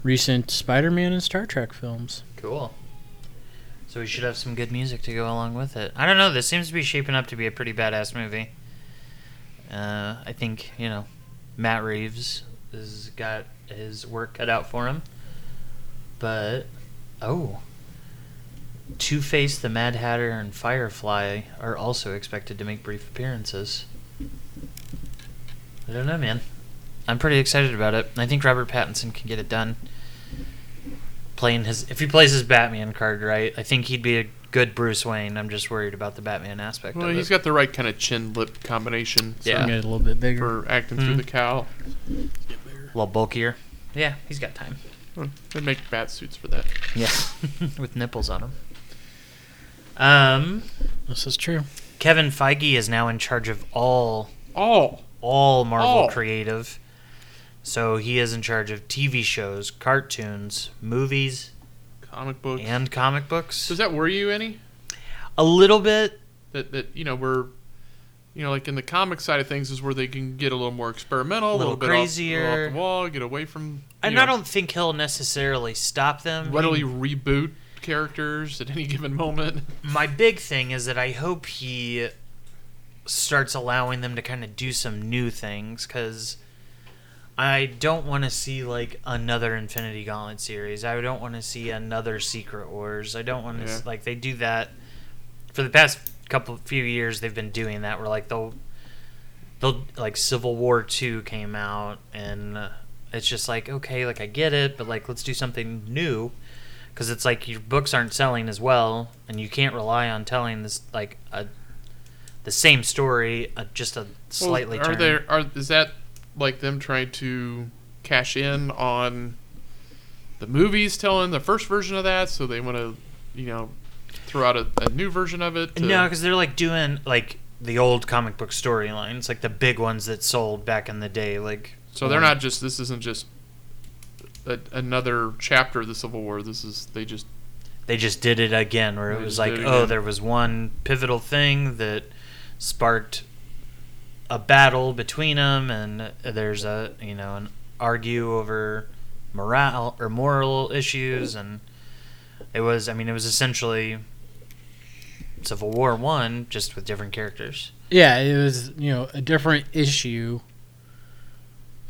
Speaker 2: recent Spider-Man and Star Trek films.
Speaker 1: Cool. So we should have some good music to go along with it. I don't know. This seems to be shaping up to be a pretty badass movie. Uh, I think you know, Matt Reeves has got his work cut out for him. But oh, Two Face, the Mad Hatter, and Firefly are also expected to make brief appearances. I don't know, man. I'm pretty excited about it. I think Robert Pattinson can get it done playing his if he plays his Batman card right, I think he'd be a good Bruce Wayne. I'm just worried about the Batman aspect
Speaker 3: Well,
Speaker 1: of
Speaker 3: he's
Speaker 1: it.
Speaker 3: got the right kind of chin-lip combination
Speaker 2: So
Speaker 1: Yeah.
Speaker 2: yeah. a little bit bigger.
Speaker 3: for acting through
Speaker 1: Mhm.
Speaker 3: the cowl.
Speaker 1: a little bulkier. Yeah, he's got time.
Speaker 3: Hmm, They make bat suits for that.
Speaker 1: Yeah, with nipples on him. Um,
Speaker 2: This is true.
Speaker 1: Kevin Feige is now in charge of all
Speaker 3: Oh,
Speaker 1: all Marvel
Speaker 3: All.
Speaker 1: creative. So he is in charge of TV shows, cartoons, movies,
Speaker 3: comic books.
Speaker 1: and comic books.
Speaker 3: Does that worry you any?
Speaker 1: A little bit.
Speaker 3: That that you know we're, you know, like in the comic side of things is where they can get a little more experimental, a
Speaker 1: Little
Speaker 3: little, bit off-
Speaker 1: crazier.
Speaker 3: off the wall, get away from.
Speaker 1: And
Speaker 3: you
Speaker 1: I
Speaker 3: know,
Speaker 1: don't think he'll necessarily stop them. He
Speaker 3: readily reboot characters at any given moment.
Speaker 1: my big thing is that I hope he starts allowing them to kind of do some new things because I don't want to see like another Infinity Gauntlet series. I don't want to see another Secret Wars. I don't want to
Speaker 3: Yeah.
Speaker 1: like they do that for the past couple few years. They've been doing that where like they'll they'll like Civil War two came out and uh, it's just like okay, like I get it, but like let's do something new because it's like your books aren't selling as well, and you can't rely on telling this like a the same story, uh, just a slightly.
Speaker 3: Well, are
Speaker 1: turned.
Speaker 3: there are is that like them trying to cash in on the movies telling the first version of that, so they want to, you know, throw out a, a new version of it. To,
Speaker 1: No, because they're like doing like the old comic book storylines, like the big ones that sold back in the day. Like
Speaker 3: So they're not just. This isn't just a, another chapter of the Civil War. This is they just.
Speaker 1: they just did it again, where it
Speaker 3: They
Speaker 1: was
Speaker 3: just
Speaker 1: like,
Speaker 3: did it
Speaker 1: oh,
Speaker 3: again.
Speaker 1: there was one pivotal thing that sparked a battle between them, and there's a you know an argue over morale or moral issues, and it was I mean it was essentially Civil War one just with different characters.
Speaker 2: Yeah, it was you know a different issue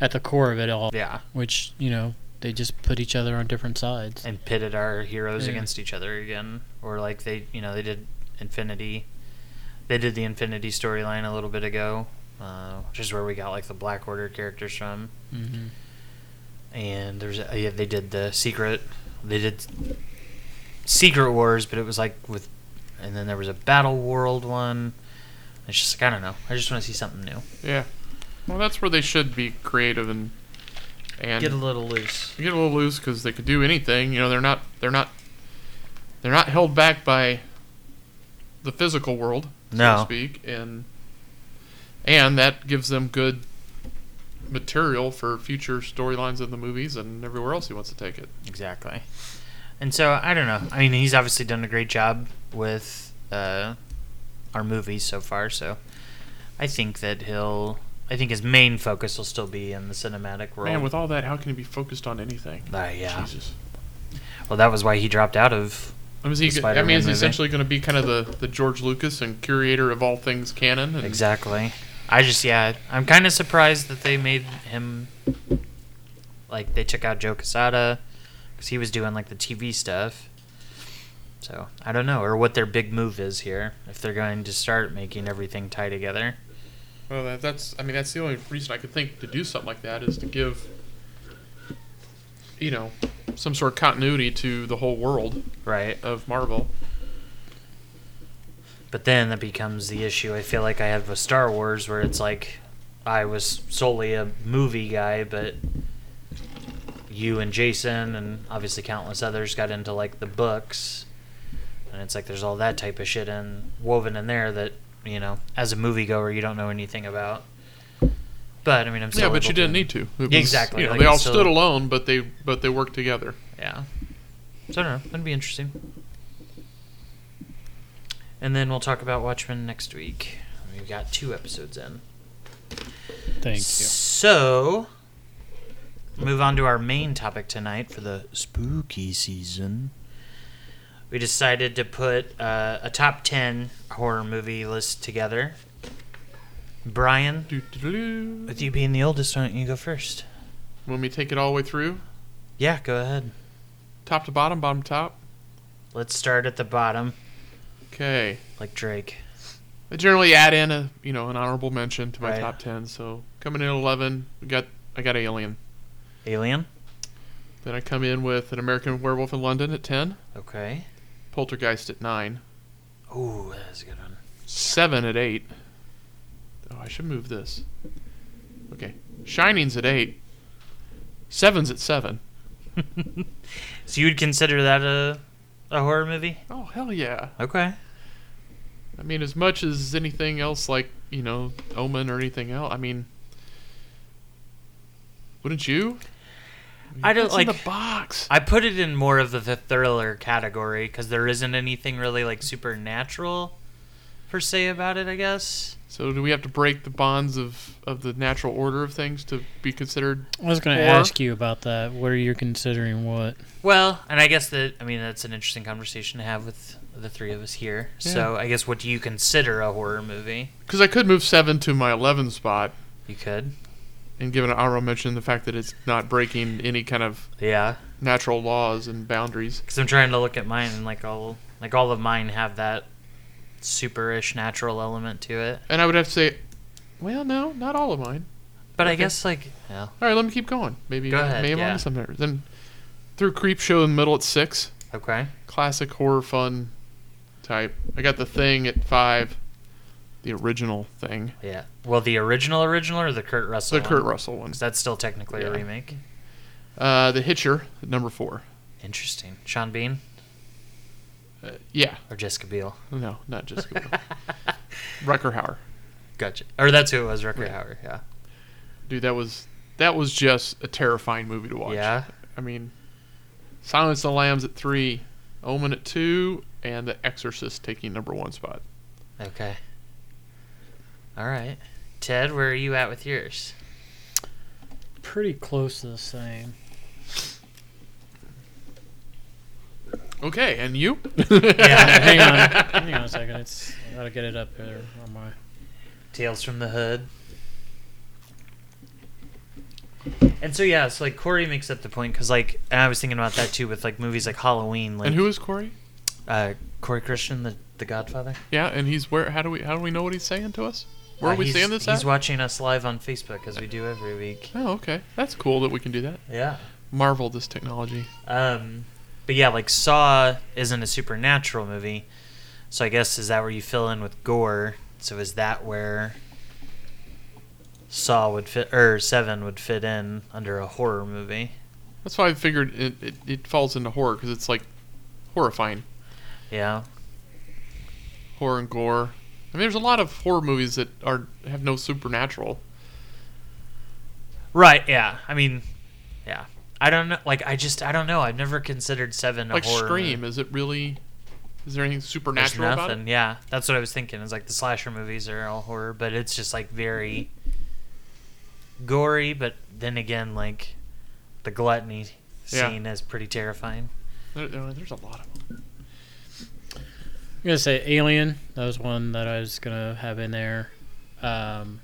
Speaker 2: at the core of it all,
Speaker 1: Yeah,
Speaker 2: which you know they just put each other on different sides.
Speaker 1: and pitted our heroes
Speaker 2: Yeah.
Speaker 1: against each other again, or like they you know they did Infinity, they did the Infinity storyline a little bit ago, uh, which is where we got like the Black Order characters from.
Speaker 2: Mm-hmm.
Speaker 1: and there's uh, yeah they did the secret they did Secret Wars, but it was like with, and then there was a Battle World one. It's just like I don't know. I just want to see something new.
Speaker 3: Yeah. Well, that's where they should be creative and and
Speaker 1: Get a little loose.
Speaker 3: you get a little loose because they could do anything. You know, they're not they're not they're not held back by the physical world, so to
Speaker 1: No.
Speaker 3: speak, and and that gives them good material for future storylines of the movies and everywhere else he wants to take it.
Speaker 1: Exactly. And so I don't know. I mean, he's obviously done a great job with uh, our movies so far. So I think that he'll. I think his main focus will still be in the cinematic world.
Speaker 3: Man, with all that, how can he be focused on anything?
Speaker 1: Ah, yeah.
Speaker 3: Jesus.
Speaker 1: Well, that was why he dropped out of.
Speaker 3: I mean, is he,
Speaker 1: The
Speaker 3: I mean,
Speaker 1: Spider-Man
Speaker 3: is he
Speaker 1: movie.
Speaker 3: essentially going to be kind of the, the George Lucas and curator of all things canon? And
Speaker 1: Exactly. I just yeah. I'm kind of surprised that they made him. Like they took out Joe Casada, because he was doing like the TV stuff. So I don't know, or what their big move is here. If they're going to start making everything tie together.
Speaker 3: Well, that, that's. I mean, that's the only reason I could think to do something like that is to give, you know, some sort of continuity to the whole world
Speaker 1: Right.
Speaker 3: of Marvel.
Speaker 1: But then that becomes the issue I feel like I had with Star Wars, where it's like I was solely a movie guy, but you and Jason and obviously countless others got into like the books. And it's like there's all that type of shit in, woven in there that, you know, as a moviegoer, you don't know anything about. But I mean, I'm still
Speaker 3: yeah, but
Speaker 1: able
Speaker 3: you didn't need to. It
Speaker 1: Yeah, exactly,
Speaker 3: You know,
Speaker 1: like,
Speaker 3: they all
Speaker 1: it's still-
Speaker 3: stood alone, but they but they worked together.
Speaker 1: Yeah. So I don't know. That'd be interesting. And then we'll talk about Watchmen next week. We've got two episodes in.
Speaker 2: Thank you.
Speaker 1: So, move on to our main topic tonight for the spooky season. We decided to put uh, a top 10 horror movie list together. Brian,
Speaker 3: Doo-doo-doo.
Speaker 1: with you being the oldest, why don't you go first?
Speaker 3: When we take it all the way through,
Speaker 1: Yeah, go ahead.
Speaker 3: top to bottom, bottom to top.
Speaker 1: Let's start at the bottom,
Speaker 3: Okay.
Speaker 1: like Drake.
Speaker 3: I generally add in a you know an honorable mention to my
Speaker 1: Right.
Speaker 3: top ten. So coming in at eleven, we got I got Alien.
Speaker 1: Alien?
Speaker 3: Then I come in with an American Werewolf in London at ten,
Speaker 1: Okay.
Speaker 3: Poltergeist at nine.
Speaker 1: Ooh, that's a good one.
Speaker 3: Seven at eight. Oh, I should move this. Okay. Shining's at eight. Seven's at seven.
Speaker 1: So you'd consider that a, a horror movie?
Speaker 3: Oh, hell yeah.
Speaker 1: Okay.
Speaker 3: I mean, as much as anything else, like, you know, Omen or anything else, I mean, wouldn't you?
Speaker 1: I don't
Speaker 3: It's
Speaker 1: like.
Speaker 3: in the box.
Speaker 1: I put it in more of the, the thriller category because there isn't anything really like supernatural per se about it. I guess.
Speaker 3: So do we have to break the bonds of, of the natural order of things to be considered?
Speaker 2: I was going
Speaker 3: Or-
Speaker 2: to ask you about that. What are you considering? What?
Speaker 1: Well, and I guess that I mean that's an interesting conversation to have with the three of us here. So I guess what do you consider a horror movie?
Speaker 3: Because I could move seven to my 11 spot
Speaker 1: You could.
Speaker 3: and give an honorable mention the fact that it's not breaking any kind of
Speaker 1: Yeah.
Speaker 3: natural laws and boundaries.
Speaker 1: Because I'm trying to look at mine and like all like all of mine have that superish natural element to it.
Speaker 3: And I would have to say, well, no, not all of mine.
Speaker 1: But I
Speaker 3: Okay.
Speaker 1: guess like yeah.
Speaker 3: All right, let me keep going. Maybe
Speaker 1: Go ahead,
Speaker 3: maybe I'm
Speaker 1: yeah.
Speaker 3: onto something. there. Then through Creep Show in the middle at six,
Speaker 1: Okay.
Speaker 3: classic horror fun type. I got the Thing at five, the original Thing,
Speaker 1: Yeah. Well, the original original or the Kurt Russell?
Speaker 3: the Kurt
Speaker 1: one?
Speaker 3: Russell one.
Speaker 1: 'Cause That's still technically a
Speaker 3: Yeah.
Speaker 1: remake.
Speaker 3: Uh, the Hitcher at number four.
Speaker 1: Interesting. Sean Bean
Speaker 3: Uh, yeah,
Speaker 1: or Jessica Biel?
Speaker 3: no, not just Google. Rucker Hauer.
Speaker 1: Gotcha. Or that's who it was, Rucker Hauer. Yeah.
Speaker 3: Dude, that was that was just a terrifying movie to watch.
Speaker 1: Yeah.
Speaker 3: I mean, Silence of the Lambs at three, Omen at two, and The Exorcist taking number one spot.
Speaker 1: Okay. All right. Ted, where are you at with yours?
Speaker 2: Pretty close to the same.
Speaker 3: Okay, and you?
Speaker 2: Yeah, hang on. Hang on a second. It's, I gotta get it up here on my.
Speaker 1: Tales from the Hood. And so yeah, so like Corey makes up the point because like and I was thinking about that too with like movies like Halloween, like
Speaker 3: And who is Corey?
Speaker 1: uh, Corey Christian, the the Godfather.
Speaker 3: Yeah, and he's where? How do we how do we know what he's saying to us? Where
Speaker 1: Uh,
Speaker 3: are we
Speaker 1: he's-
Speaker 3: seeing this
Speaker 1: He's
Speaker 3: at?
Speaker 1: watching us live on Facebook as we do every week.
Speaker 3: oh, okay, that's cool that we can do that.
Speaker 1: Yeah.
Speaker 3: Marvel this technology.
Speaker 1: Um, But yeah, like Saw isn't a supernatural movie, so I guess is that where you fill in with gore? So is that where Saw would fit or Seven would fit in under a horror movie?
Speaker 3: That's why I figured it, it, it falls into horror because it's like horrifying,
Speaker 1: Yeah,
Speaker 3: horror and gore. I mean, there's a lot of horror movies that are have no supernatural.
Speaker 1: right. Yeah, I mean, yeah. I don't know. Like I just I don't know. I've never considered Seven a
Speaker 3: like
Speaker 1: horror.
Speaker 3: Scream, is it really? Is there anything
Speaker 1: There's
Speaker 3: supernatural about
Speaker 1: nothing.
Speaker 3: it?
Speaker 1: Yeah, that's what I was thinking. Is like the slasher movies are all horror, but it's just like very gory. But then again, like the gluttony
Speaker 3: Yeah.
Speaker 1: scene is pretty terrifying.
Speaker 3: There- there- there's a lot of them.
Speaker 2: I'm gonna say Alien. That was one that I was gonna have in there. Um,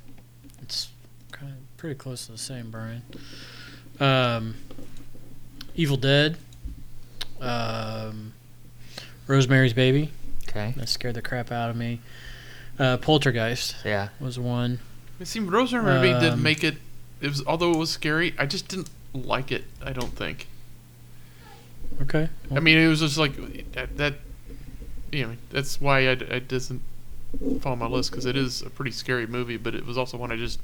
Speaker 2: it's kind of pretty close to the same, Brian. Um, Evil Dead. Um, Rosemary's Baby.
Speaker 1: Okay.
Speaker 2: That scared the crap out of me. Uh, Poltergeist
Speaker 1: Yeah.
Speaker 2: was one.
Speaker 3: It seemed Rosemary Baby didn't
Speaker 2: Um,
Speaker 3: make it. It was although it was scary, I just didn't like it. I don't think.
Speaker 2: Okay.
Speaker 3: I mean, it was just like that. that you know, that's why I, I doesn't fall on my list because it is a pretty scary movie, but it was also one I just,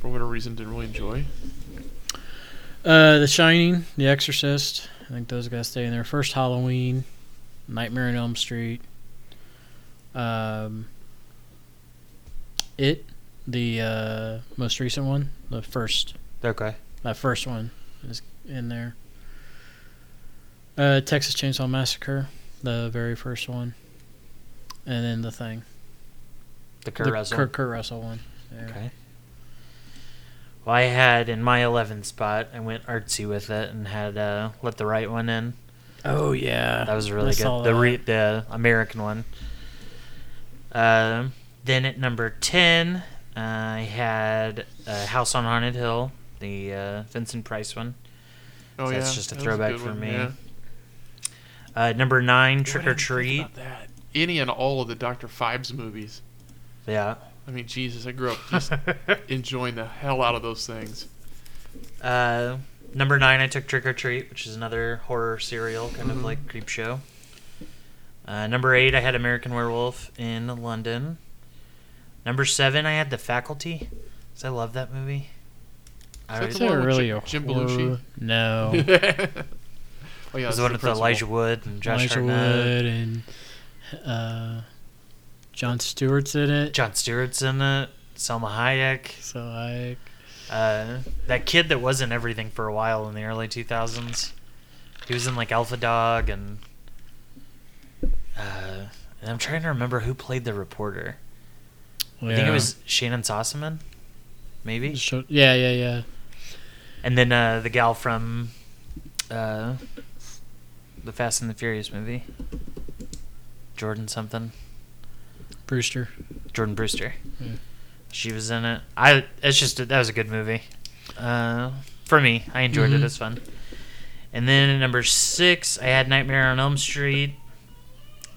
Speaker 3: for whatever reason, didn't really enjoy.
Speaker 2: Uh, The Shining, The Exorcist. I think those gotta stay in there. First Halloween, Nightmare on Elm Street. Um, it, the uh, most recent one, the first,
Speaker 1: Okay.
Speaker 2: that first one is in there. Uh, Texas Chainsaw Massacre, the very first one, and then the thing,
Speaker 1: The Kurt
Speaker 2: the
Speaker 1: Russell.
Speaker 2: Kurt, Kurt Russell one. Yeah.
Speaker 1: Okay. Well, I had in my 11th spot. I went artsy with it and had uh, let the right one in.
Speaker 2: Oh yeah,
Speaker 1: That was
Speaker 2: I
Speaker 1: really
Speaker 2: saw
Speaker 1: good. The
Speaker 2: that.
Speaker 1: re- the American one. Um, then at number ten, uh, I had uh, House on Haunted Hill, the uh, Vincent Price one.
Speaker 3: Oh
Speaker 1: So
Speaker 3: yeah,
Speaker 1: that's just a
Speaker 3: that was
Speaker 1: throwback
Speaker 3: good
Speaker 1: for
Speaker 3: one,
Speaker 1: me.
Speaker 3: yeah.
Speaker 1: Uh, number nine,
Speaker 3: What
Speaker 1: Trick
Speaker 3: did I
Speaker 1: or
Speaker 3: think
Speaker 1: Treat.
Speaker 3: about that? Any and all of the Doctor Fibes movies.
Speaker 1: Yeah.
Speaker 3: I mean, Jesus, I grew up just enjoying the hell out of those things.
Speaker 1: Uh, number nine, I took Trick or Treat, which is another horror serial, kind of
Speaker 3: Mhm.
Speaker 1: like Creep Show. Uh, number eight, I had American Werewolf in London. Number seven, I had The Faculty, because I love that movie. I
Speaker 3: Is that
Speaker 1: always-
Speaker 2: Is
Speaker 3: The one
Speaker 2: there
Speaker 3: with
Speaker 2: really
Speaker 3: Jim-
Speaker 2: a
Speaker 3: Jim
Speaker 2: horror?
Speaker 3: Belushi?
Speaker 2: No.
Speaker 3: oh yeah,
Speaker 1: It was
Speaker 3: that's
Speaker 1: the one with
Speaker 3: principal.
Speaker 1: Elijah Wood and Josh
Speaker 2: Elijah
Speaker 1: Hartnett.
Speaker 2: Wood and uh, John Stewart's in it.
Speaker 1: John Stewart's in it. Selma Hayek.
Speaker 2: So like,
Speaker 1: Uh, that kid that was in everything for a while in the early 2000s. He was in like Alpha Dog and. Uh, and I'm trying to remember who played the reporter.
Speaker 2: yeah.
Speaker 1: I think it was Shannon Sossaman, maybe.
Speaker 2: Sho- yeah, yeah, yeah.
Speaker 1: And then uh, the gal from uh, the Fast and the Furious movie, Jordan something.
Speaker 2: Brewster.
Speaker 1: Jordan Brewster.
Speaker 2: Yeah.
Speaker 1: She was in it. I. It's just that was a good movie. Uh, for me, I enjoyed it.
Speaker 2: Mhm.
Speaker 1: It's fun. And then at number six, I had Nightmare on Elm Street.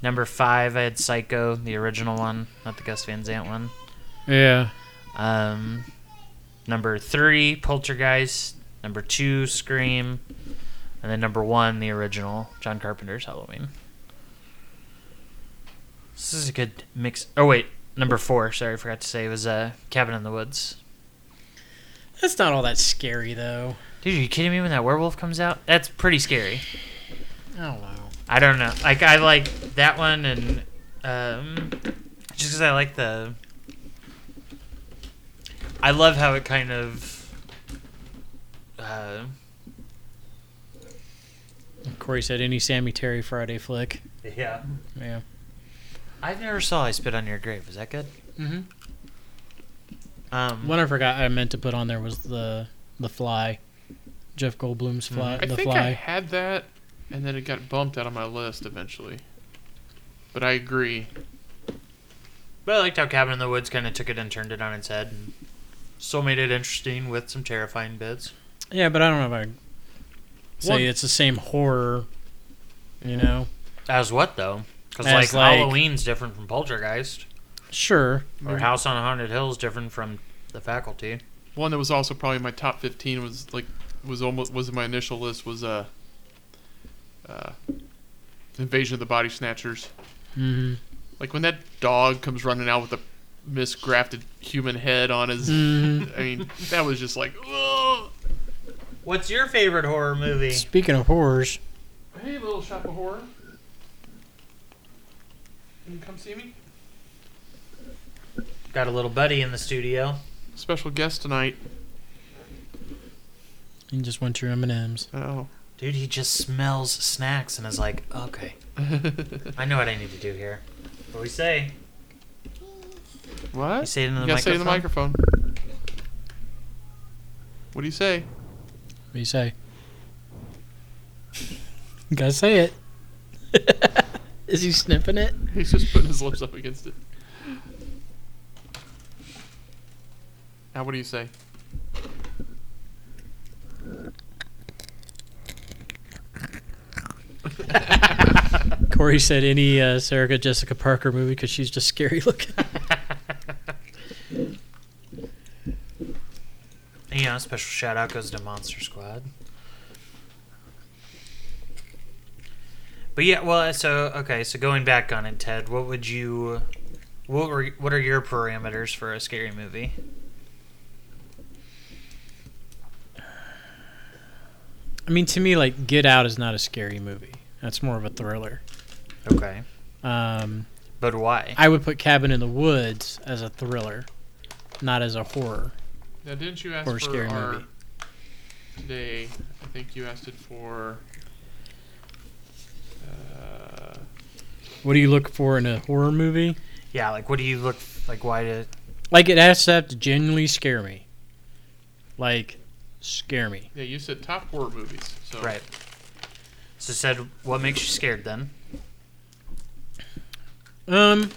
Speaker 1: Number five, I had Psycho, the original one, not the Gus Van Sant one.
Speaker 2: Yeah.
Speaker 1: Um, number three, Poltergeist. Number two, Scream. And then number one, the original, John Carpenter's Halloween. This is a good mix. Oh, wait. Number four, sorry, I forgot to say, was uh, Cabin in the Woods.
Speaker 2: That's not all that scary though.
Speaker 1: Dude, are you kidding me when that werewolf comes out? That's pretty scary.
Speaker 2: I don't know.
Speaker 1: I don't know. Like, I like that one, and um, just because I like the. I love how it kind of. Uh,
Speaker 2: Corey said any Sammy Terry Friday flick.
Speaker 1: yeah.
Speaker 2: Yeah.
Speaker 1: I've never saw I Spit on Your Grave. Is that good?
Speaker 2: Mm-hmm.
Speaker 1: Um,
Speaker 2: One I forgot I meant to put on there was the the Fly, Jeff Goldblum's Fly.
Speaker 3: Mm-hmm. I
Speaker 2: The
Speaker 3: think I
Speaker 2: Fly.
Speaker 3: had that, and then it got bumped out of my list eventually. But I agree.
Speaker 1: but I liked how Cabin in the Woods kind of took it and turned it on its head. And still made it interesting with some terrifying bits.
Speaker 2: Yeah, but I don't know if I say
Speaker 3: One-
Speaker 2: it's the same horror. You know.
Speaker 1: As what, though? Because, like, Mm-hmm.
Speaker 2: As, like-
Speaker 1: Halloween's different from Poltergeist,
Speaker 2: Sure.
Speaker 1: or
Speaker 3: Maybe-
Speaker 1: House on Haunted Hill is different from The Faculty.
Speaker 3: One that was also probably in my top fifteen was like was almost was in my initial list was uh uh, Invasion of the Body Snatchers.
Speaker 2: Mm-hmm.
Speaker 3: Like when that dog comes running out with a misgrafted human head on his.
Speaker 2: Mhm.
Speaker 3: I mean, that was just like, ugh.
Speaker 1: What's your favorite horror movie?
Speaker 2: Speaking of horrors,
Speaker 3: Hey, little shop of horror. Can you come see me?
Speaker 1: Got a little buddy in the studio.
Speaker 3: Special guest tonight.
Speaker 2: you just went to your M and M's.
Speaker 3: Oh.
Speaker 1: Dude, he just smells snacks and is like, okay, I know what I need to do here. What we say?
Speaker 3: what?
Speaker 1: You say it into the
Speaker 3: you gotta say it in the
Speaker 1: microphone?
Speaker 3: microphone. What do you say?
Speaker 2: What do you say? Gotta say it. Is he sniffing it?
Speaker 3: He's just putting his lips up against it. Now, what do you say?
Speaker 2: Corey said any uh, Sarah Jessica Parker movie because she's just scary looking.
Speaker 1: You know, special shout out goes to Monster Squad. But yeah, well, so okay, so going back on it, Ted, what would you, what were, what are your parameters for a scary movie?
Speaker 2: I mean, to me, like Get Out is not a scary movie. That's more of a thriller.
Speaker 1: Okay,
Speaker 2: Um,
Speaker 1: but why?
Speaker 2: I would put Cabin in the Woods as a thriller, not as a horror.
Speaker 3: Now, didn't you ask
Speaker 2: Or a
Speaker 3: for
Speaker 2: scary
Speaker 3: our
Speaker 2: movie.
Speaker 3: today? I think you asked it for. Uh,
Speaker 2: What do you look for in a horror movie?
Speaker 1: Yeah, like what do you look like? Why did?
Speaker 2: Like it has to have to genuinely scare me. Like scare me.
Speaker 3: yeah, you said top horror movies. So
Speaker 1: Right. So said, what makes you scared then?
Speaker 2: Um,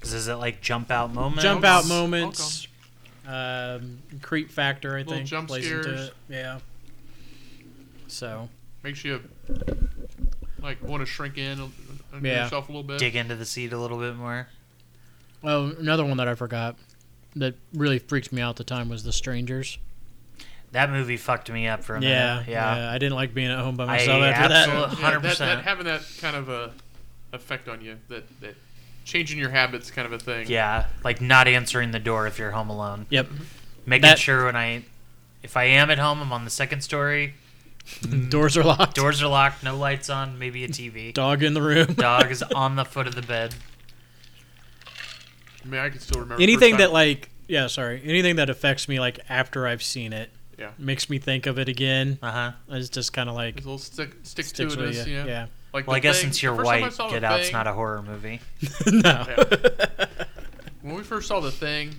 Speaker 1: 'Cause is it like jump out moments?
Speaker 2: jump out
Speaker 3: Welcome.
Speaker 2: moments. Um, creep factor, I
Speaker 3: Little
Speaker 2: think,
Speaker 3: jump
Speaker 2: plays into
Speaker 3: scares.
Speaker 2: it. Yeah. So
Speaker 3: makes you like want to shrink in on on
Speaker 2: Yeah.
Speaker 3: yourself a little bit.
Speaker 1: Dig into the seat a little bit more.
Speaker 2: Oh, another one that I forgot that really freaked me out at the time was The Strangers.
Speaker 1: That movie fucked me up for a
Speaker 2: Yeah,
Speaker 1: minute. Yeah.
Speaker 2: I didn't like being at home by
Speaker 1: I
Speaker 2: myself after
Speaker 3: So,
Speaker 1: absolute-
Speaker 2: that.
Speaker 3: yeah, that-
Speaker 1: 100%.
Speaker 3: that- having that kind of a effect on you, that that changing your habits, kind of a thing.
Speaker 1: Yeah, like not answering the door if you're home alone.
Speaker 2: Yep.
Speaker 1: Making
Speaker 2: That-
Speaker 1: sure when I, if I am at home, I'm on the second story.
Speaker 3: Mm-hmm.
Speaker 2: Doors are locked.
Speaker 1: Doors are locked, no lights on, maybe a TV.
Speaker 2: Dog in the room.
Speaker 1: Dog is on the foot of the bed.
Speaker 3: I mean, I can still remember the
Speaker 2: anything
Speaker 3: first
Speaker 2: that
Speaker 3: time-
Speaker 2: like yeah, sorry. Anything that affects me like after I've seen it.
Speaker 3: Yeah.
Speaker 2: Makes me think of it again.
Speaker 1: Uh huh.
Speaker 2: It's just kind of like
Speaker 3: There's a little stick, sticks,
Speaker 2: sticks
Speaker 3: to it.
Speaker 2: with
Speaker 3: is,
Speaker 2: you.
Speaker 3: Yeah.
Speaker 2: Yeah.
Speaker 3: Like
Speaker 1: Well,
Speaker 3: the
Speaker 1: I guess
Speaker 3: Thing,
Speaker 1: since you're
Speaker 3: the first time I
Speaker 1: white,
Speaker 3: saw
Speaker 1: Get
Speaker 3: the
Speaker 1: Out's
Speaker 3: thing,
Speaker 1: not a horror movie.
Speaker 2: no.
Speaker 3: When we first saw the thing,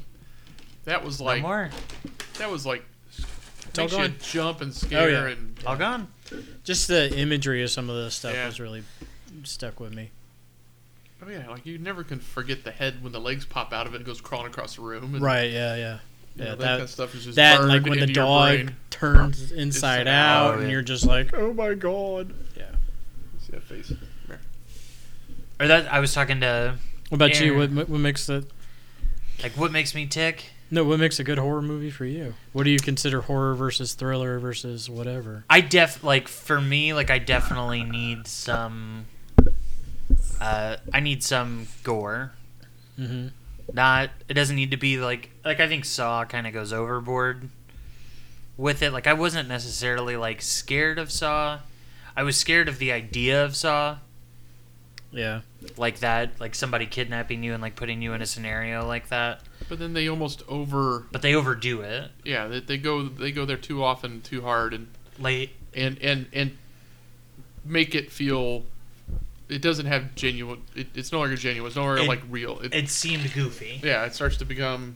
Speaker 3: that was
Speaker 1: No
Speaker 3: like
Speaker 1: more.
Speaker 3: that was like
Speaker 2: all
Speaker 3: makes you
Speaker 2: gone.
Speaker 3: jump and scare
Speaker 2: Oh, yeah.
Speaker 3: and
Speaker 1: All gone.
Speaker 2: just the imagery of some of the stuff
Speaker 3: Yeah.
Speaker 2: was really stuck with me.
Speaker 3: oh yeah, like you never can forget the head when the legs pop out of it and goes crawling across the room. And,
Speaker 2: Right, yeah, yeah.
Speaker 3: you know,
Speaker 2: Yeah,
Speaker 3: that,
Speaker 2: that
Speaker 3: kind of stuff is just
Speaker 2: that and,
Speaker 3: burned
Speaker 2: like when the
Speaker 3: into your
Speaker 2: dog
Speaker 3: brain.
Speaker 2: turns inside
Speaker 3: like,
Speaker 2: out
Speaker 1: oh,
Speaker 2: and
Speaker 1: yeah.
Speaker 2: you're just like oh my god yeah
Speaker 3: See that face? Come
Speaker 1: Or that I was talking to,
Speaker 2: what about you
Speaker 1: Yeah.
Speaker 2: what, ma- what makes the
Speaker 1: like, what makes me tick?
Speaker 2: no what makes a good horror movie for you what do you consider horror versus thriller versus whatever
Speaker 1: I def like for me, like I definitely need some. Uh, I need some gore.
Speaker 2: mm-hmm.
Speaker 1: Not it doesn't need to be like like I think Saw kind of goes overboard with it. Like I wasn't necessarily like scared of Saw. I was scared of the idea of Saw,
Speaker 2: yeah
Speaker 1: like that, like somebody kidnapping you and like putting you in a scenario like that.
Speaker 3: here. But then they almost over.
Speaker 1: But they overdo it.
Speaker 3: Yeah, they, they go they go there too often, too hard, and
Speaker 1: Like
Speaker 3: and and and make it feel. It doesn't have genuine. It, it's no longer genuine. It's no longer
Speaker 1: It-
Speaker 3: like real. It,
Speaker 1: it seemed goofy.
Speaker 3: yeah, it starts to become.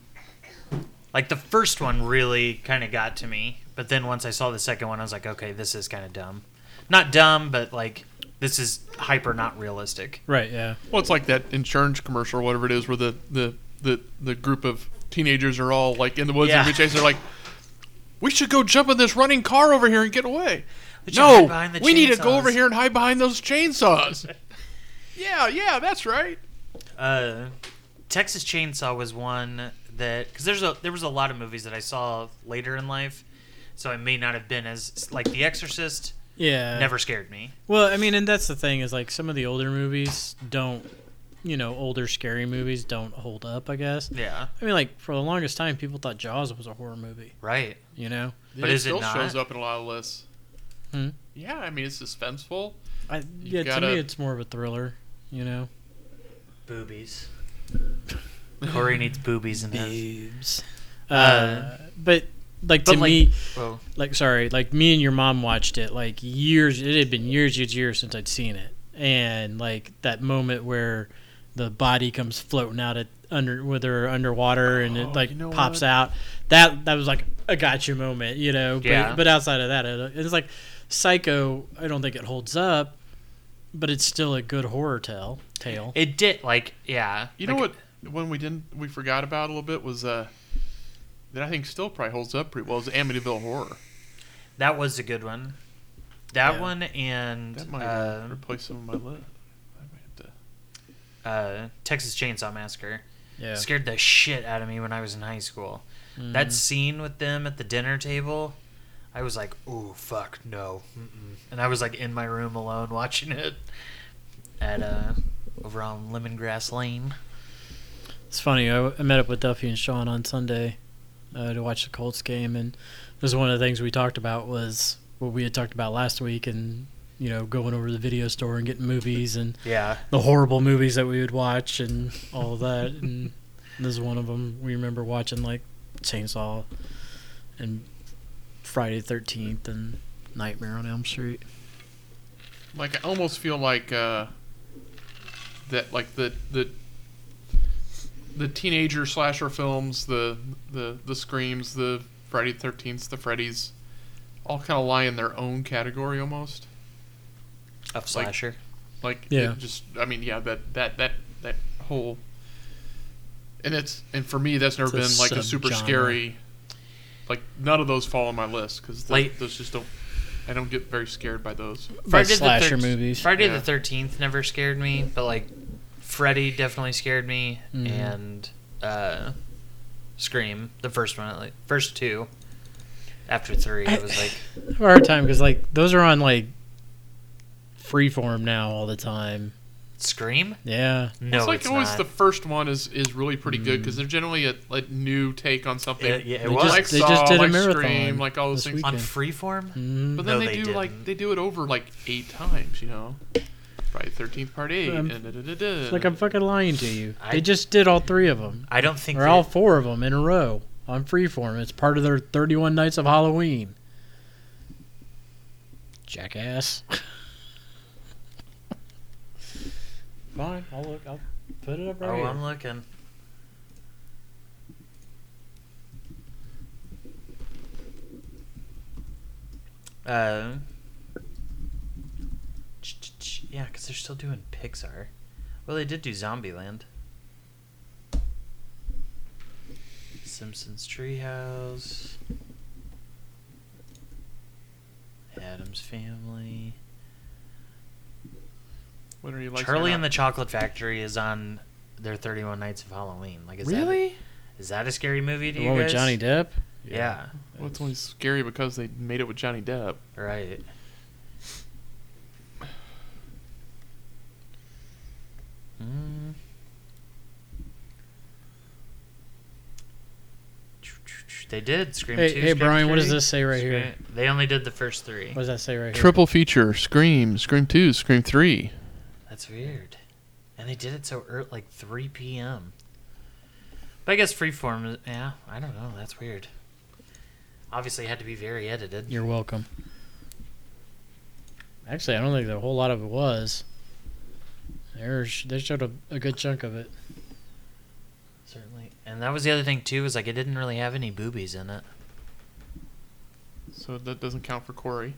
Speaker 1: Like the first one really kind of got to me, but then once I saw the second one, I was like, okay, this is kind of dumb. Not dumb, but like this is hyper not realistic.
Speaker 2: right yeah
Speaker 3: Well, it's like that insurance commercial or whatever it is, where the the the, the group of teenagers are all like in the woods
Speaker 1: Yeah.
Speaker 3: and we chase. They're like, "We should go jump in this running car over here and get away."
Speaker 1: We should hide
Speaker 3: no,
Speaker 1: behind the
Speaker 3: we need to go
Speaker 1: chainsaws."
Speaker 3: over here and hide behind those chainsaws. yeah, yeah, that's right.
Speaker 1: Uh, Texas Chainsaw was one that because there's a there was a lot of movies that I saw later in life, so I may not have been as like The Exorcist
Speaker 2: Yeah.
Speaker 1: Never scared me.
Speaker 2: Well, I mean, and that's the thing is like some of the older movies don't, you know, older scary movies don't hold up. I guess.
Speaker 1: Yeah.
Speaker 2: I mean, like for the longest time, people thought Jaws was a horror movie.
Speaker 1: Right.
Speaker 2: You know,
Speaker 1: But is it
Speaker 3: still
Speaker 1: not?
Speaker 3: shows up in a lot of lists.
Speaker 2: Hmm?
Speaker 3: Yeah, I mean it's suspenseful.
Speaker 2: I, yeah. To
Speaker 3: gotta-
Speaker 2: me, it's more of a thriller. You know,
Speaker 1: Boobies. Corey needs boobies in his.
Speaker 2: boobs. Uh,
Speaker 1: Uh,
Speaker 2: but like
Speaker 1: but,
Speaker 2: to
Speaker 1: like-
Speaker 2: me,
Speaker 1: Well,
Speaker 2: like sorry, like me and your mom watched it like years. It had been years, years, years since I'd seen it, and like that moment where the body comes floating out at under with her underwater and it
Speaker 3: Oh,
Speaker 2: like
Speaker 3: you know
Speaker 2: pops
Speaker 3: what?
Speaker 2: out. That that was like a gotcha moment, you know. But,
Speaker 1: Yeah.
Speaker 2: but outside of that, it, it's like Psycho. I don't think it holds up, but it's still a good horror tale. Tale.
Speaker 1: it did. Like, yeah.
Speaker 3: You know
Speaker 1: Like,
Speaker 3: what? One we didn't we forgot about a little bit was uh that I think still probably holds up pretty well is Amityville Horror.
Speaker 1: That was a good one. That
Speaker 2: Yeah.
Speaker 1: one and
Speaker 3: That might uh,
Speaker 1: uh,
Speaker 3: replace some of my list. I might have to.
Speaker 1: uh, Texas Chainsaw Massacre
Speaker 2: Yeah.
Speaker 1: scared the shit out of me when I was in high school.
Speaker 2: Mm.
Speaker 1: That scene with them at the dinner table, I was like, "Ooh, fuck no!" Mm-mm. And I was like in my room alone watching it at uh, over on Lemongrass Lane.
Speaker 2: It's funny. I, I met up with Duffy and Sean on Sunday uh, to watch the Colts game, and this is one of the things we talked about was what we had talked about last week, and you know, going over to the video store and getting movies and
Speaker 1: Yeah,
Speaker 2: the horrible movies that we would watch and all of that. And this is one of them. We remember watching like Chainsaw and Friday Thirteenth and Nightmare on Elm Street.
Speaker 3: Like I almost feel like uh that like the the the teenager slasher films, the the the screams, the Friday the Thirteenth, the Freddy's, all kind of lie in their own category almost.
Speaker 1: a slasher.
Speaker 3: Like
Speaker 2: Yeah.
Speaker 3: it just I mean, yeah, that that that that whole and it's and for me that's never
Speaker 2: It's a
Speaker 3: been like a super
Speaker 2: subgenre.
Speaker 3: scary like none of those fall on my list cuz
Speaker 1: Like-
Speaker 3: those just don't I don't get very scared by those.
Speaker 1: Friday the
Speaker 2: slasher
Speaker 1: thirteenth-
Speaker 2: movies.
Speaker 1: Friday
Speaker 3: Yeah.
Speaker 1: the Thirteenth never scared me, but like Freddy definitely scared me,
Speaker 2: Mhm.
Speaker 1: and uh, Scream, the first one, like first two. After three, it was like
Speaker 2: I have a hard time because like those are on like freeform now all the time.
Speaker 1: Scream.
Speaker 2: Yeah.
Speaker 1: No,
Speaker 3: it's
Speaker 1: it's,
Speaker 3: like always
Speaker 1: not.
Speaker 3: the first one is is really pretty good good because they're generally a like, new take on something.
Speaker 1: It- yeah, it
Speaker 2: Mm. They
Speaker 1: was
Speaker 3: like
Speaker 2: just- they
Speaker 3: Saw,
Speaker 2: just did a
Speaker 3: like
Speaker 2: marathon
Speaker 3: Scream, like all those
Speaker 2: this
Speaker 3: things.
Speaker 1: on
Speaker 2: weekend.
Speaker 1: Freeform.
Speaker 2: Mm.
Speaker 3: But
Speaker 1: No,
Speaker 3: then they,
Speaker 1: they
Speaker 3: do
Speaker 1: didn't.
Speaker 3: like they do it over like eight times, you know. Friday Thirteenth Part Eight.
Speaker 2: Um,
Speaker 3: and da, da, da, da.
Speaker 2: Like I'm fucking lying to you.
Speaker 1: I-
Speaker 2: they just did all three of them,
Speaker 1: I don't think
Speaker 2: or
Speaker 1: that-
Speaker 2: all four of them in a row on freeform. It's part of their 31 nights of Halloween. Jackass. Fine, I'll look. I'll put it up right
Speaker 1: Oh,
Speaker 2: here.
Speaker 1: I'm looking. Uh, ch- ch- ch- yeah, because they're still doing Pixar. Well, they did do Zombieland. Simpsons Treehouse. Adam's Family.
Speaker 3: Whether you like it or
Speaker 1: Charlie and the
Speaker 3: not.
Speaker 1: Chocolate Factory is on their 31 Nights of Halloween. Like, is that
Speaker 2: really?
Speaker 1: a, is that a scary movie to
Speaker 2: The
Speaker 1: you
Speaker 2: one
Speaker 1: guys?
Speaker 2: with Johnny Depp.
Speaker 1: Yeah,
Speaker 3: Well, it's only scary because they made it with Johnny Depp.
Speaker 1: right. Mm. They did Scream
Speaker 2: Hey-
Speaker 1: Two.
Speaker 2: hey,
Speaker 1: Scream
Speaker 2: Brian, what does
Speaker 1: three,
Speaker 2: this say right here?
Speaker 1: Scream- They only did the first three.
Speaker 2: What does that say right here?
Speaker 3: Triple feature: Scream, Scream Two, Scream Three.
Speaker 1: That's weird. And they did it so early, like 3 p.m. But I guess Freeform, is- yeah, I don't know. That's weird. Obviously, it had to be very edited.
Speaker 2: You're welcome. Actually, I don't think a whole lot of it was. There's they showed a, a good chunk of it.
Speaker 1: Certainly. And that was the other thing, too, is like it didn't really have any boobies in it.
Speaker 3: So that doesn't count for Corey.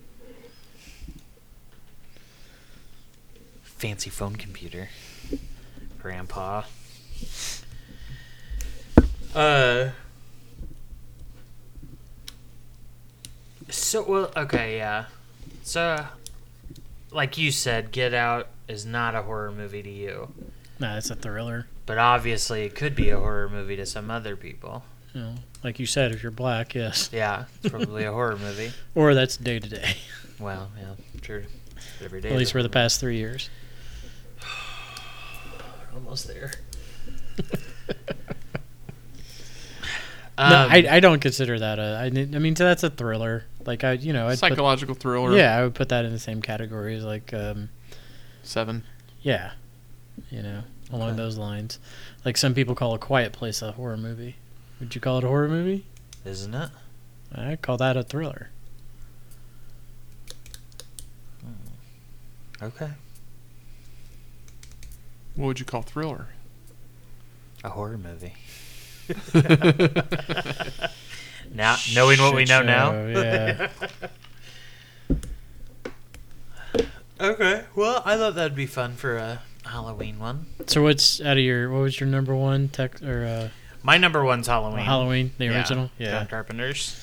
Speaker 1: Fancy phone computer. Grandpa. Uh. So, well, okay, yeah. So, like you said, Get Out is not a horror movie to you.
Speaker 2: Nah, it's a thriller.
Speaker 1: But obviously, it could be a horror movie to some other people.
Speaker 2: You know, like you said, if you're black, yes.
Speaker 1: Yeah, it's probably a horror movie.
Speaker 2: Or that's day to day,
Speaker 1: Well, yeah, true. Every day.
Speaker 2: at
Speaker 1: is
Speaker 2: least
Speaker 1: a
Speaker 2: for the
Speaker 1: horror
Speaker 2: past three years.
Speaker 1: movie. Almost there.
Speaker 2: no,
Speaker 1: Um,
Speaker 2: I, I don't consider that a. I, didn't- I mean, so that's a thriller. Like I, you know, I'd put,
Speaker 3: Psychological thriller.
Speaker 2: yeah, I would put that in the same category as like, um,
Speaker 3: Seven.
Speaker 2: yeah, you know, along
Speaker 1: Okay.
Speaker 2: those lines. Like some people call a Quiet Place a horror movie. Would you call it a horror movie?
Speaker 1: isn't it?
Speaker 2: I call that a thriller.
Speaker 1: Okay,
Speaker 3: What would you call thriller?
Speaker 1: a horror movie. now, knowing what we know
Speaker 2: Shit
Speaker 1: now.
Speaker 2: show, yeah.
Speaker 1: Okay. Well, I thought that'd be fun for a Halloween one.
Speaker 2: so what's out of your? What was your number one tech or uh,
Speaker 1: My number one's Halloween.
Speaker 2: Halloween? The original.
Speaker 1: John
Speaker 2: Yeah.
Speaker 1: Carpenter's.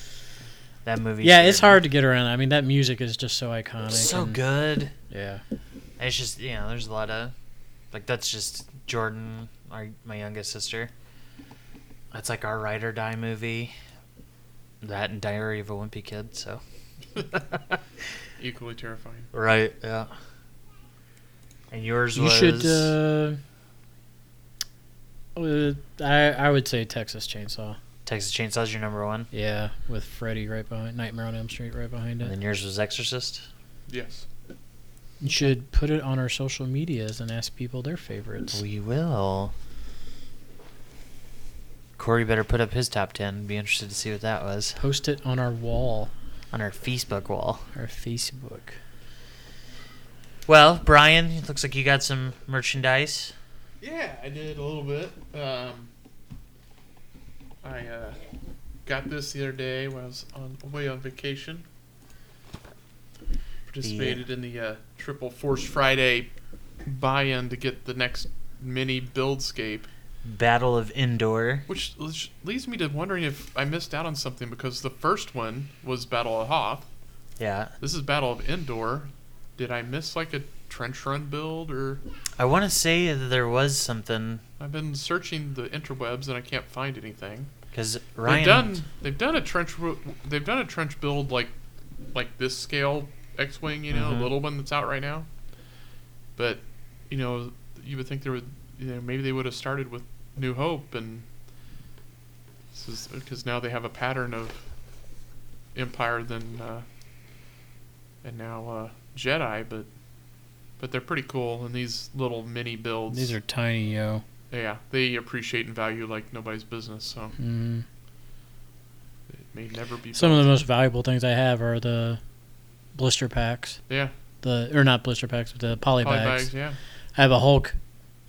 Speaker 1: That movie.
Speaker 2: Yeah, it's
Speaker 1: scared
Speaker 2: hard to get around. I mean, that music is just so iconic.
Speaker 1: me. So
Speaker 2: and-
Speaker 1: good.
Speaker 2: Yeah.
Speaker 1: It's just you know, there's a lot of like that's just Jordan, our my youngest sister. That's like our ride or die movie. That and Diary of a Wimpy Kid. So
Speaker 3: Equally terrifying.
Speaker 1: right, yeah. And yours
Speaker 2: You
Speaker 1: was
Speaker 2: should. Uh, uh, I I would say Texas Chainsaw.
Speaker 1: Texas Chainsaw's your number one,
Speaker 2: Yeah, with Freddy right behind Nightmare on Elm Street right behind
Speaker 1: and
Speaker 2: it.
Speaker 1: then yours was Exorcist.
Speaker 3: Yes.
Speaker 2: You should put it on our social medias and ask people their favorites.
Speaker 1: We will. Corey better put up his top ten. Be interested to see what that was
Speaker 2: Post it on our wall,
Speaker 1: on our Facebook wall.
Speaker 2: our Facebook.
Speaker 1: Well, Brian, it looks like you got some merchandise.
Speaker 3: Yeah, I did a little bit. Um, I uh, got this the other day when I was on away on vacation. Participated in the uh, Triple Force Friday buy-in to get the next mini buildscape,
Speaker 1: Battle of Indoor.
Speaker 3: which l- leads me to wondering if I missed out on something because the first one was Battle of Hoth.
Speaker 1: Yeah.
Speaker 3: This is Battle of Endor. Did I miss like a trench run build or
Speaker 1: I want to say that there was something
Speaker 3: I've been searching the interwebs and I can't find anything.
Speaker 1: because Ryan.
Speaker 3: They've done they've done a trench ro- they've done a trench build like like this scale X wing you know
Speaker 2: Mm-hmm.
Speaker 1: Mhm.
Speaker 3: a little one that's out right now, but you know you would think there would you know maybe they would have started with New Hope and because now they have a pattern of Empire then uh, and now uh, Jedi but but they're pretty cool and these little mini builds
Speaker 2: These are tiny, yo.
Speaker 3: yeah they appreciate and value like nobody's business so
Speaker 2: Mm.
Speaker 3: it may never be
Speaker 2: Some of
Speaker 3: built.
Speaker 2: the most valuable things I have are the blister packs.
Speaker 3: yeah
Speaker 2: The or not blister packs, but the poly, bags.
Speaker 3: Polybags, yeah.
Speaker 2: I have a Hulk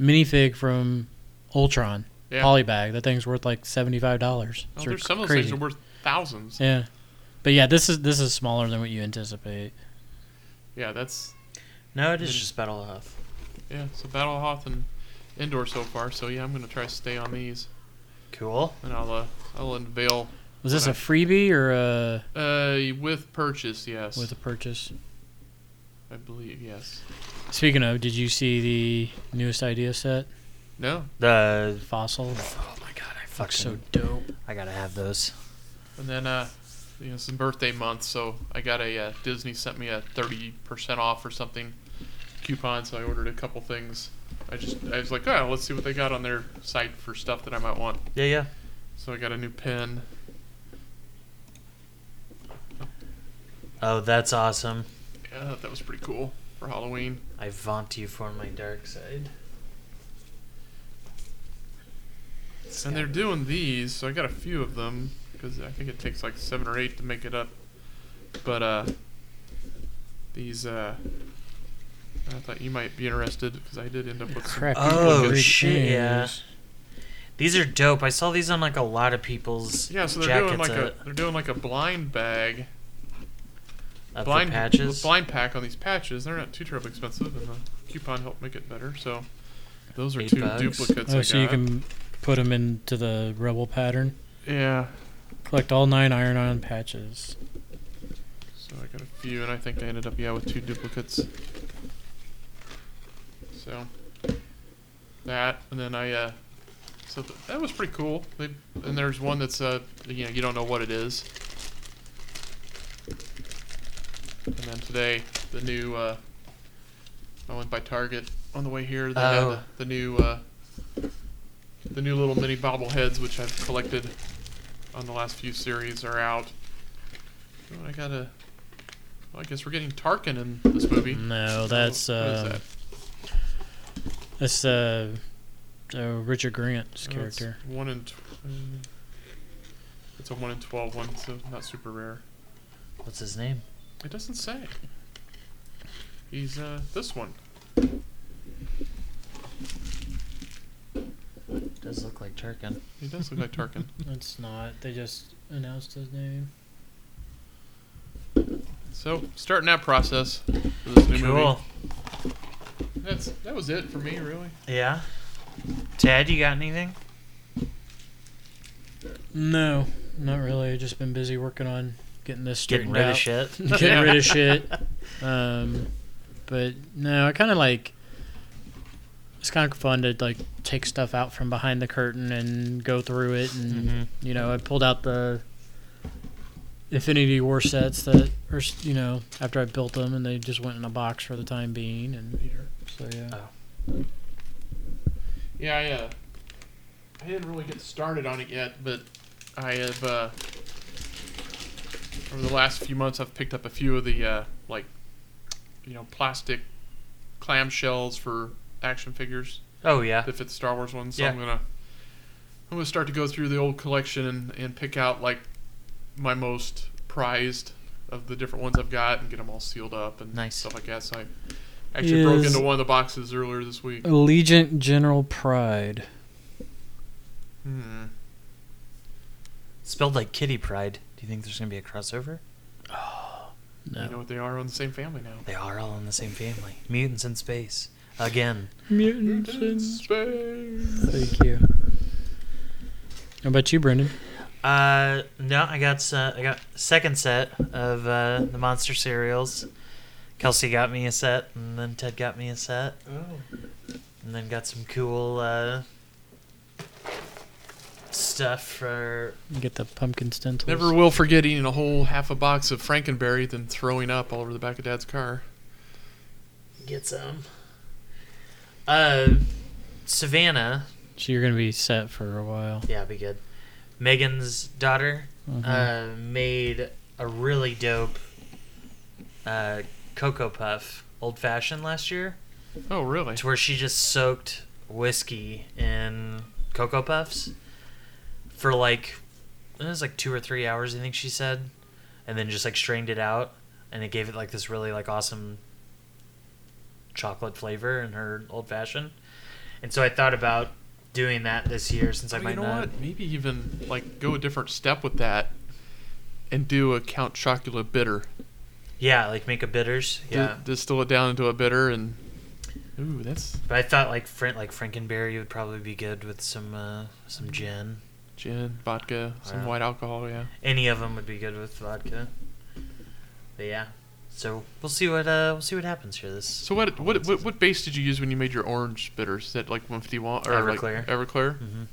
Speaker 2: minifig from Ultron
Speaker 3: Yeah.
Speaker 2: polybag. That thing's worth like seventy five dollars.
Speaker 3: Oh, there's some of those things are worth thousands. Yeah,
Speaker 2: Yeah, but yeah, this is this is smaller than what you anticipate.
Speaker 3: that's
Speaker 1: No, it is
Speaker 3: Mm.
Speaker 1: just Battle of Huff.
Speaker 3: yeah. So Battle of Hoth and Indoor so far. So yeah, I'm gonna try to stay on these,
Speaker 1: Cool.
Speaker 3: and I'll uh, I'll unveil
Speaker 2: Was this a
Speaker 3: Right.
Speaker 2: freebie or a
Speaker 3: uh with purchase. Yes,
Speaker 2: with a purchase?
Speaker 3: I believe yes.
Speaker 2: Speaking of, did you see the newest idea set?
Speaker 3: No,
Speaker 1: The.
Speaker 2: Fossil.
Speaker 1: Oh my god, I fucking.
Speaker 2: Looks so dope.
Speaker 1: I gotta have those.
Speaker 3: and then uh. You know, it's a birthday month, so I got a uh, Disney sent me a thirty percent off or something coupon. So I ordered a couple things. I just I was like, oh, let's see what they got on their site for stuff that I might want.
Speaker 1: Yeah, yeah.
Speaker 3: So I got a new pen.
Speaker 1: Oh, that's awesome.
Speaker 3: Yeah, I thought that was pretty cool for Halloween.
Speaker 1: I vaunt you for my dark side.
Speaker 3: And they're doing these, so I got a few of them because I think it takes like seven or eight to make it up. But uh, these uh, I thought you might be interested because I did end up with some.
Speaker 2: Crap. you
Speaker 1: Oh,
Speaker 2: ordered
Speaker 1: shit, yeah.
Speaker 2: things.
Speaker 1: These are dope. I saw these on like a lot of people's
Speaker 3: Yeah, so they're doing
Speaker 1: jackets. uh,
Speaker 3: like a they're doing like a blind bag,
Speaker 1: of the
Speaker 3: blind
Speaker 1: patches.
Speaker 3: blind pack on these patches. They're not too terribly expensive, and the coupon helped make it better. So those are
Speaker 1: Eight
Speaker 3: two
Speaker 1: bucks.
Speaker 3: duplicates. I
Speaker 2: Oh, so you
Speaker 3: got.
Speaker 2: can put them into the rebel pattern.
Speaker 3: yeah.
Speaker 2: Collect all nine iron-on patches.
Speaker 3: So I got a few, and I think I ended up yeah with two duplicates. So that, and then I uh, So th- that was pretty cool. They, and there's one that's uh, you know, you don't know what it is. And then today, the new. Uh, I went by Target on the way here. They had
Speaker 1: Oh.
Speaker 3: the, the new. Uh, the new little mini bobbleheads, which I've collected on the last few series, are out. Oh, I got a. Well, I guess we're getting Tarkin in this movie.
Speaker 2: No, that's
Speaker 3: What is
Speaker 2: uh,
Speaker 3: that?
Speaker 2: that's uh, uh, Richard Grant's
Speaker 3: Oh, it's
Speaker 2: character.
Speaker 3: One in. Tw- mm. it's a one in twelve one, so not super rare.
Speaker 1: What's his name?
Speaker 3: It doesn't say. He's uh this one.
Speaker 1: Does look like Turkin.
Speaker 3: He does look like Tarkin.
Speaker 2: It's not. They just announced his name.
Speaker 3: So starting that process for this new
Speaker 1: Cool.
Speaker 3: movie. That's that was it for me really.
Speaker 1: Yeah. Ted, you got anything?
Speaker 2: No, not really. I've just been busy working on getting this
Speaker 1: Getting
Speaker 2: straightened
Speaker 1: rid
Speaker 2: out.
Speaker 1: of shit.
Speaker 2: Getting rid of shit. Um, but no, I kind of like. It's kind of fun to like take stuff out from behind the curtain and go through it, and
Speaker 1: Mhm.
Speaker 2: you know, I pulled out the Infinity War sets that, are s you know, after I built them, and they just went in a box for the time being, and so yeah.
Speaker 1: Oh.
Speaker 3: Yeah, I uh, I didn't really get started on it yet, but I have uh over the last few months I've picked up a few of the uh like you know, plastic clamshells for action figures.
Speaker 1: Oh yeah.
Speaker 3: if it's Star Wars one. So
Speaker 1: Yeah.
Speaker 3: I'm gonna I'm gonna start to go through the old collection and, and pick out like my most prized of the different ones I've got and get them all sealed up and
Speaker 1: Nice.
Speaker 3: stuff like that. So I actually broke
Speaker 2: Is-
Speaker 3: into one of the boxes earlier this week.
Speaker 2: Allegiant General Pride.
Speaker 3: Hmm.
Speaker 1: Spelled like Kitty Pride. Do you think there's gonna be a crossover?
Speaker 2: No.
Speaker 3: You know what they are on the same family now.
Speaker 1: They are all in the same family. Mutants in space. Again.
Speaker 2: Mutants in
Speaker 3: Space.
Speaker 2: Thank you. How about you, Brendan?
Speaker 1: Uh, no, I got s- uh, I got second set of uh, the monster cereals. Kelsey got me a set, and then Ted got me a set,
Speaker 3: Oh.
Speaker 1: and then got some cool uh, stuff for.
Speaker 2: You Get the pumpkin stencils.
Speaker 3: Never will forget eating a whole half a box of Frankenberry, then throwing up all over the back of Dad's car.
Speaker 1: Get some. Uh, Savannah.
Speaker 2: So you're gonna be set for a while.
Speaker 1: Yeah, be good. Megan's daughter
Speaker 2: Mm-hmm. Uh-huh.
Speaker 1: uh, made a really dope uh, cocoa puff old fashioned last year.
Speaker 3: Oh, really?
Speaker 1: to where she just soaked whiskey in cocoa puffs for like it was like two or three hours i think she said and then just like strained it out and it gave it like this really like awesome chocolate flavor in her old fashioned and so i thought about doing that this year since i
Speaker 3: Well,
Speaker 1: might
Speaker 3: Oh, you know
Speaker 1: not
Speaker 3: what? Maybe even like go a different step with that, and do a Count Chocula bitter.
Speaker 1: yeah like make a bitters
Speaker 3: D-
Speaker 1: yeah
Speaker 3: distill it down into a bitter, and ooh, that's
Speaker 1: but i thought like Fran- like frankenberry would probably be good with some uh some gin
Speaker 3: gin, vodka, some
Speaker 1: Yeah.
Speaker 3: white alcohol. Yeah.
Speaker 1: any of them would be good with vodka. But yeah, so we'll see what uh we'll see what happens here. This
Speaker 3: So what what what, what base did you use when you made your orange bitters? Is that like 151 or
Speaker 1: Everclear.
Speaker 3: like Everclear?
Speaker 1: Mhm.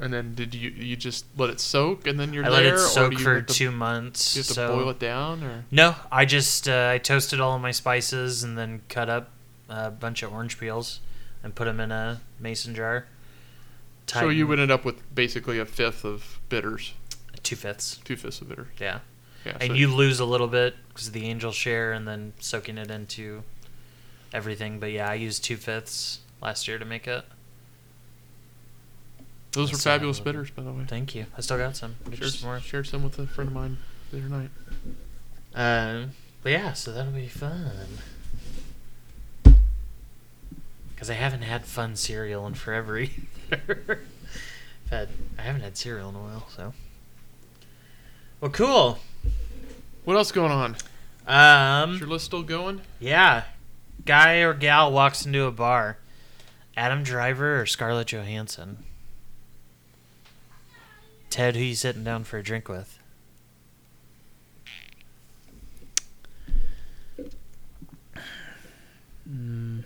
Speaker 3: And then did you you just let it soak and then you're
Speaker 1: I
Speaker 3: there,
Speaker 1: let it
Speaker 3: or do
Speaker 1: soak
Speaker 3: you
Speaker 1: for
Speaker 3: have to,
Speaker 1: two months.
Speaker 3: do You have to
Speaker 1: so
Speaker 3: boil it down, or
Speaker 1: no, I just uh, I toasted all of my spices and then cut up a bunch of orange peels and put them in a mason jar.
Speaker 3: so you
Speaker 1: Tighten-
Speaker 3: would end up with basically a fifth of bitters,
Speaker 1: two fifths.
Speaker 3: two fifths of bitter.
Speaker 1: Yeah,
Speaker 3: Yeah. so
Speaker 1: and you lose a little bit because of the angel share and then soaking it into everything. But yeah, I used two fifths last year to make it.
Speaker 3: those were
Speaker 1: That's, uh,
Speaker 3: fabulous bitters, by the way.
Speaker 1: Thank you. I still got some. Get you
Speaker 3: Shared,
Speaker 1: some more.
Speaker 3: shared some with a friend of mine the other night.
Speaker 1: Um, but yeah, so that'll be fun. Because I haven't had fun cereal in forever either. I've had, I haven't had cereal in a while, so. Well, cool.
Speaker 3: What else going on? Is your
Speaker 1: Um,
Speaker 3: list still going?
Speaker 1: yeah. Guy or gal walks into a bar. Adam Driver or Scarlett Johansson? Ted, who you sitting down for a drink with?
Speaker 2: Mm,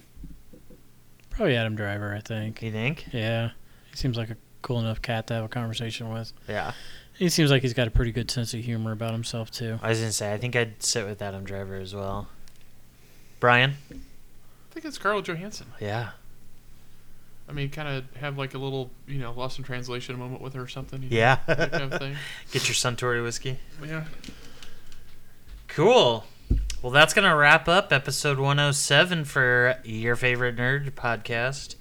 Speaker 2: Probably Adam Driver, I think.
Speaker 1: You think?
Speaker 2: Yeah, he seems like a cool enough cat to have a conversation with.
Speaker 1: Yeah.
Speaker 2: He seems like he's got a pretty good sense of humor about himself too.
Speaker 1: I was gonna say I think I'd sit with Adam Driver as well. Brian?
Speaker 3: I think it's Scarlett Johansson.
Speaker 1: Yeah.
Speaker 3: I mean, kind of have like a little, you know, lost in translation moment with her or something. you know,
Speaker 1: Yeah.
Speaker 3: that kind of thing.
Speaker 1: Get your Suntory whiskey.
Speaker 3: Yeah.
Speaker 1: Cool. Well, that's going to wrap up episode 107 for Your Favorite Nerd podcast.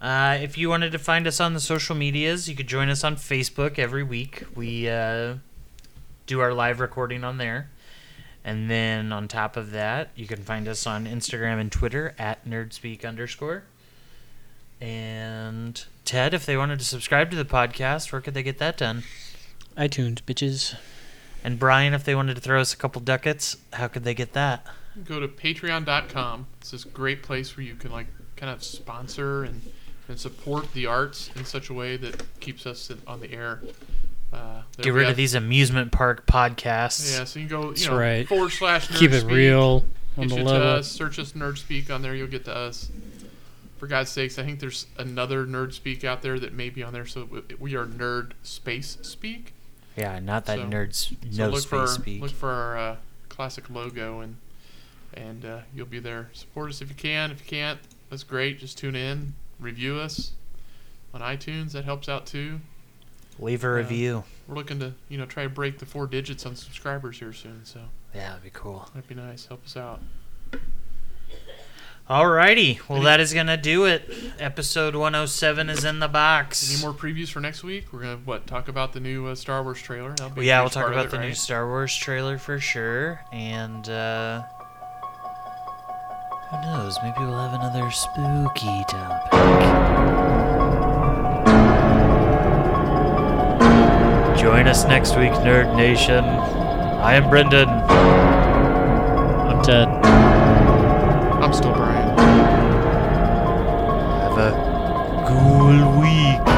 Speaker 1: Uh, if you wanted to find us on the social medias, you could join us on Facebook every week. We uh, do our live recording on there. And then on top of that, you can find us on Instagram and Twitter at nerdspeak underscore. And Ted, if they wanted to subscribe to the podcast, where could they get that done?
Speaker 2: iTunes, bitches.
Speaker 1: And Brian, if they wanted to throw us a couple ducats, how could they get that?
Speaker 3: Go to patreon.com. It's this great place where you can like kind of sponsor and, and support the arts in such a way that keeps us in, on the air. Uh, there
Speaker 1: Get
Speaker 3: we
Speaker 1: rid
Speaker 3: have-
Speaker 1: of these amusement park podcasts.
Speaker 3: Yeah, so you can go, you
Speaker 2: That's
Speaker 3: know,
Speaker 2: right.
Speaker 3: forward slash nerd
Speaker 2: Keep it
Speaker 3: speak.
Speaker 2: real on
Speaker 3: Get
Speaker 2: the
Speaker 3: you to
Speaker 2: level.
Speaker 3: us. Search us Nerd Speak on there. You'll get to us. For God's sakes, I think there's another Nerd Speak out there that may be on there. So we- we are Nerd Space Speak.
Speaker 1: Yeah, not that
Speaker 3: So-
Speaker 1: nerds
Speaker 3: So
Speaker 1: no
Speaker 3: look
Speaker 1: space
Speaker 3: for
Speaker 1: speak.
Speaker 3: look for our uh, classic logo and and uh, you'll be there. Support us if you can. If you can't, that's great. Just tune in, review us on iTunes. That helps out too.
Speaker 1: Leave a
Speaker 3: yeah.
Speaker 1: review.
Speaker 3: We're looking to you know try to break the four digits on subscribers here soon. So
Speaker 1: Yeah, that'd be cool.
Speaker 3: that'd be nice. Help us out.
Speaker 1: Alrighty. Well,
Speaker 3: Any-
Speaker 1: that is gonna do it. Episode 107 is in the box.
Speaker 3: Any more previews for next week? We're gonna what talk about the new uh, Star Wars trailer. That'll be a
Speaker 1: yeah, we'll
Speaker 3: huge
Speaker 1: talk
Speaker 3: part of
Speaker 1: about
Speaker 3: it,
Speaker 1: the new
Speaker 3: right?
Speaker 1: Star Wars trailer for sure, and uh, who knows? Maybe we'll have another spooky topic. Join us next week, Nerd Nation. I am Brendan.
Speaker 2: I'm Ted.
Speaker 3: I'm still Brian.
Speaker 1: Have a cool week.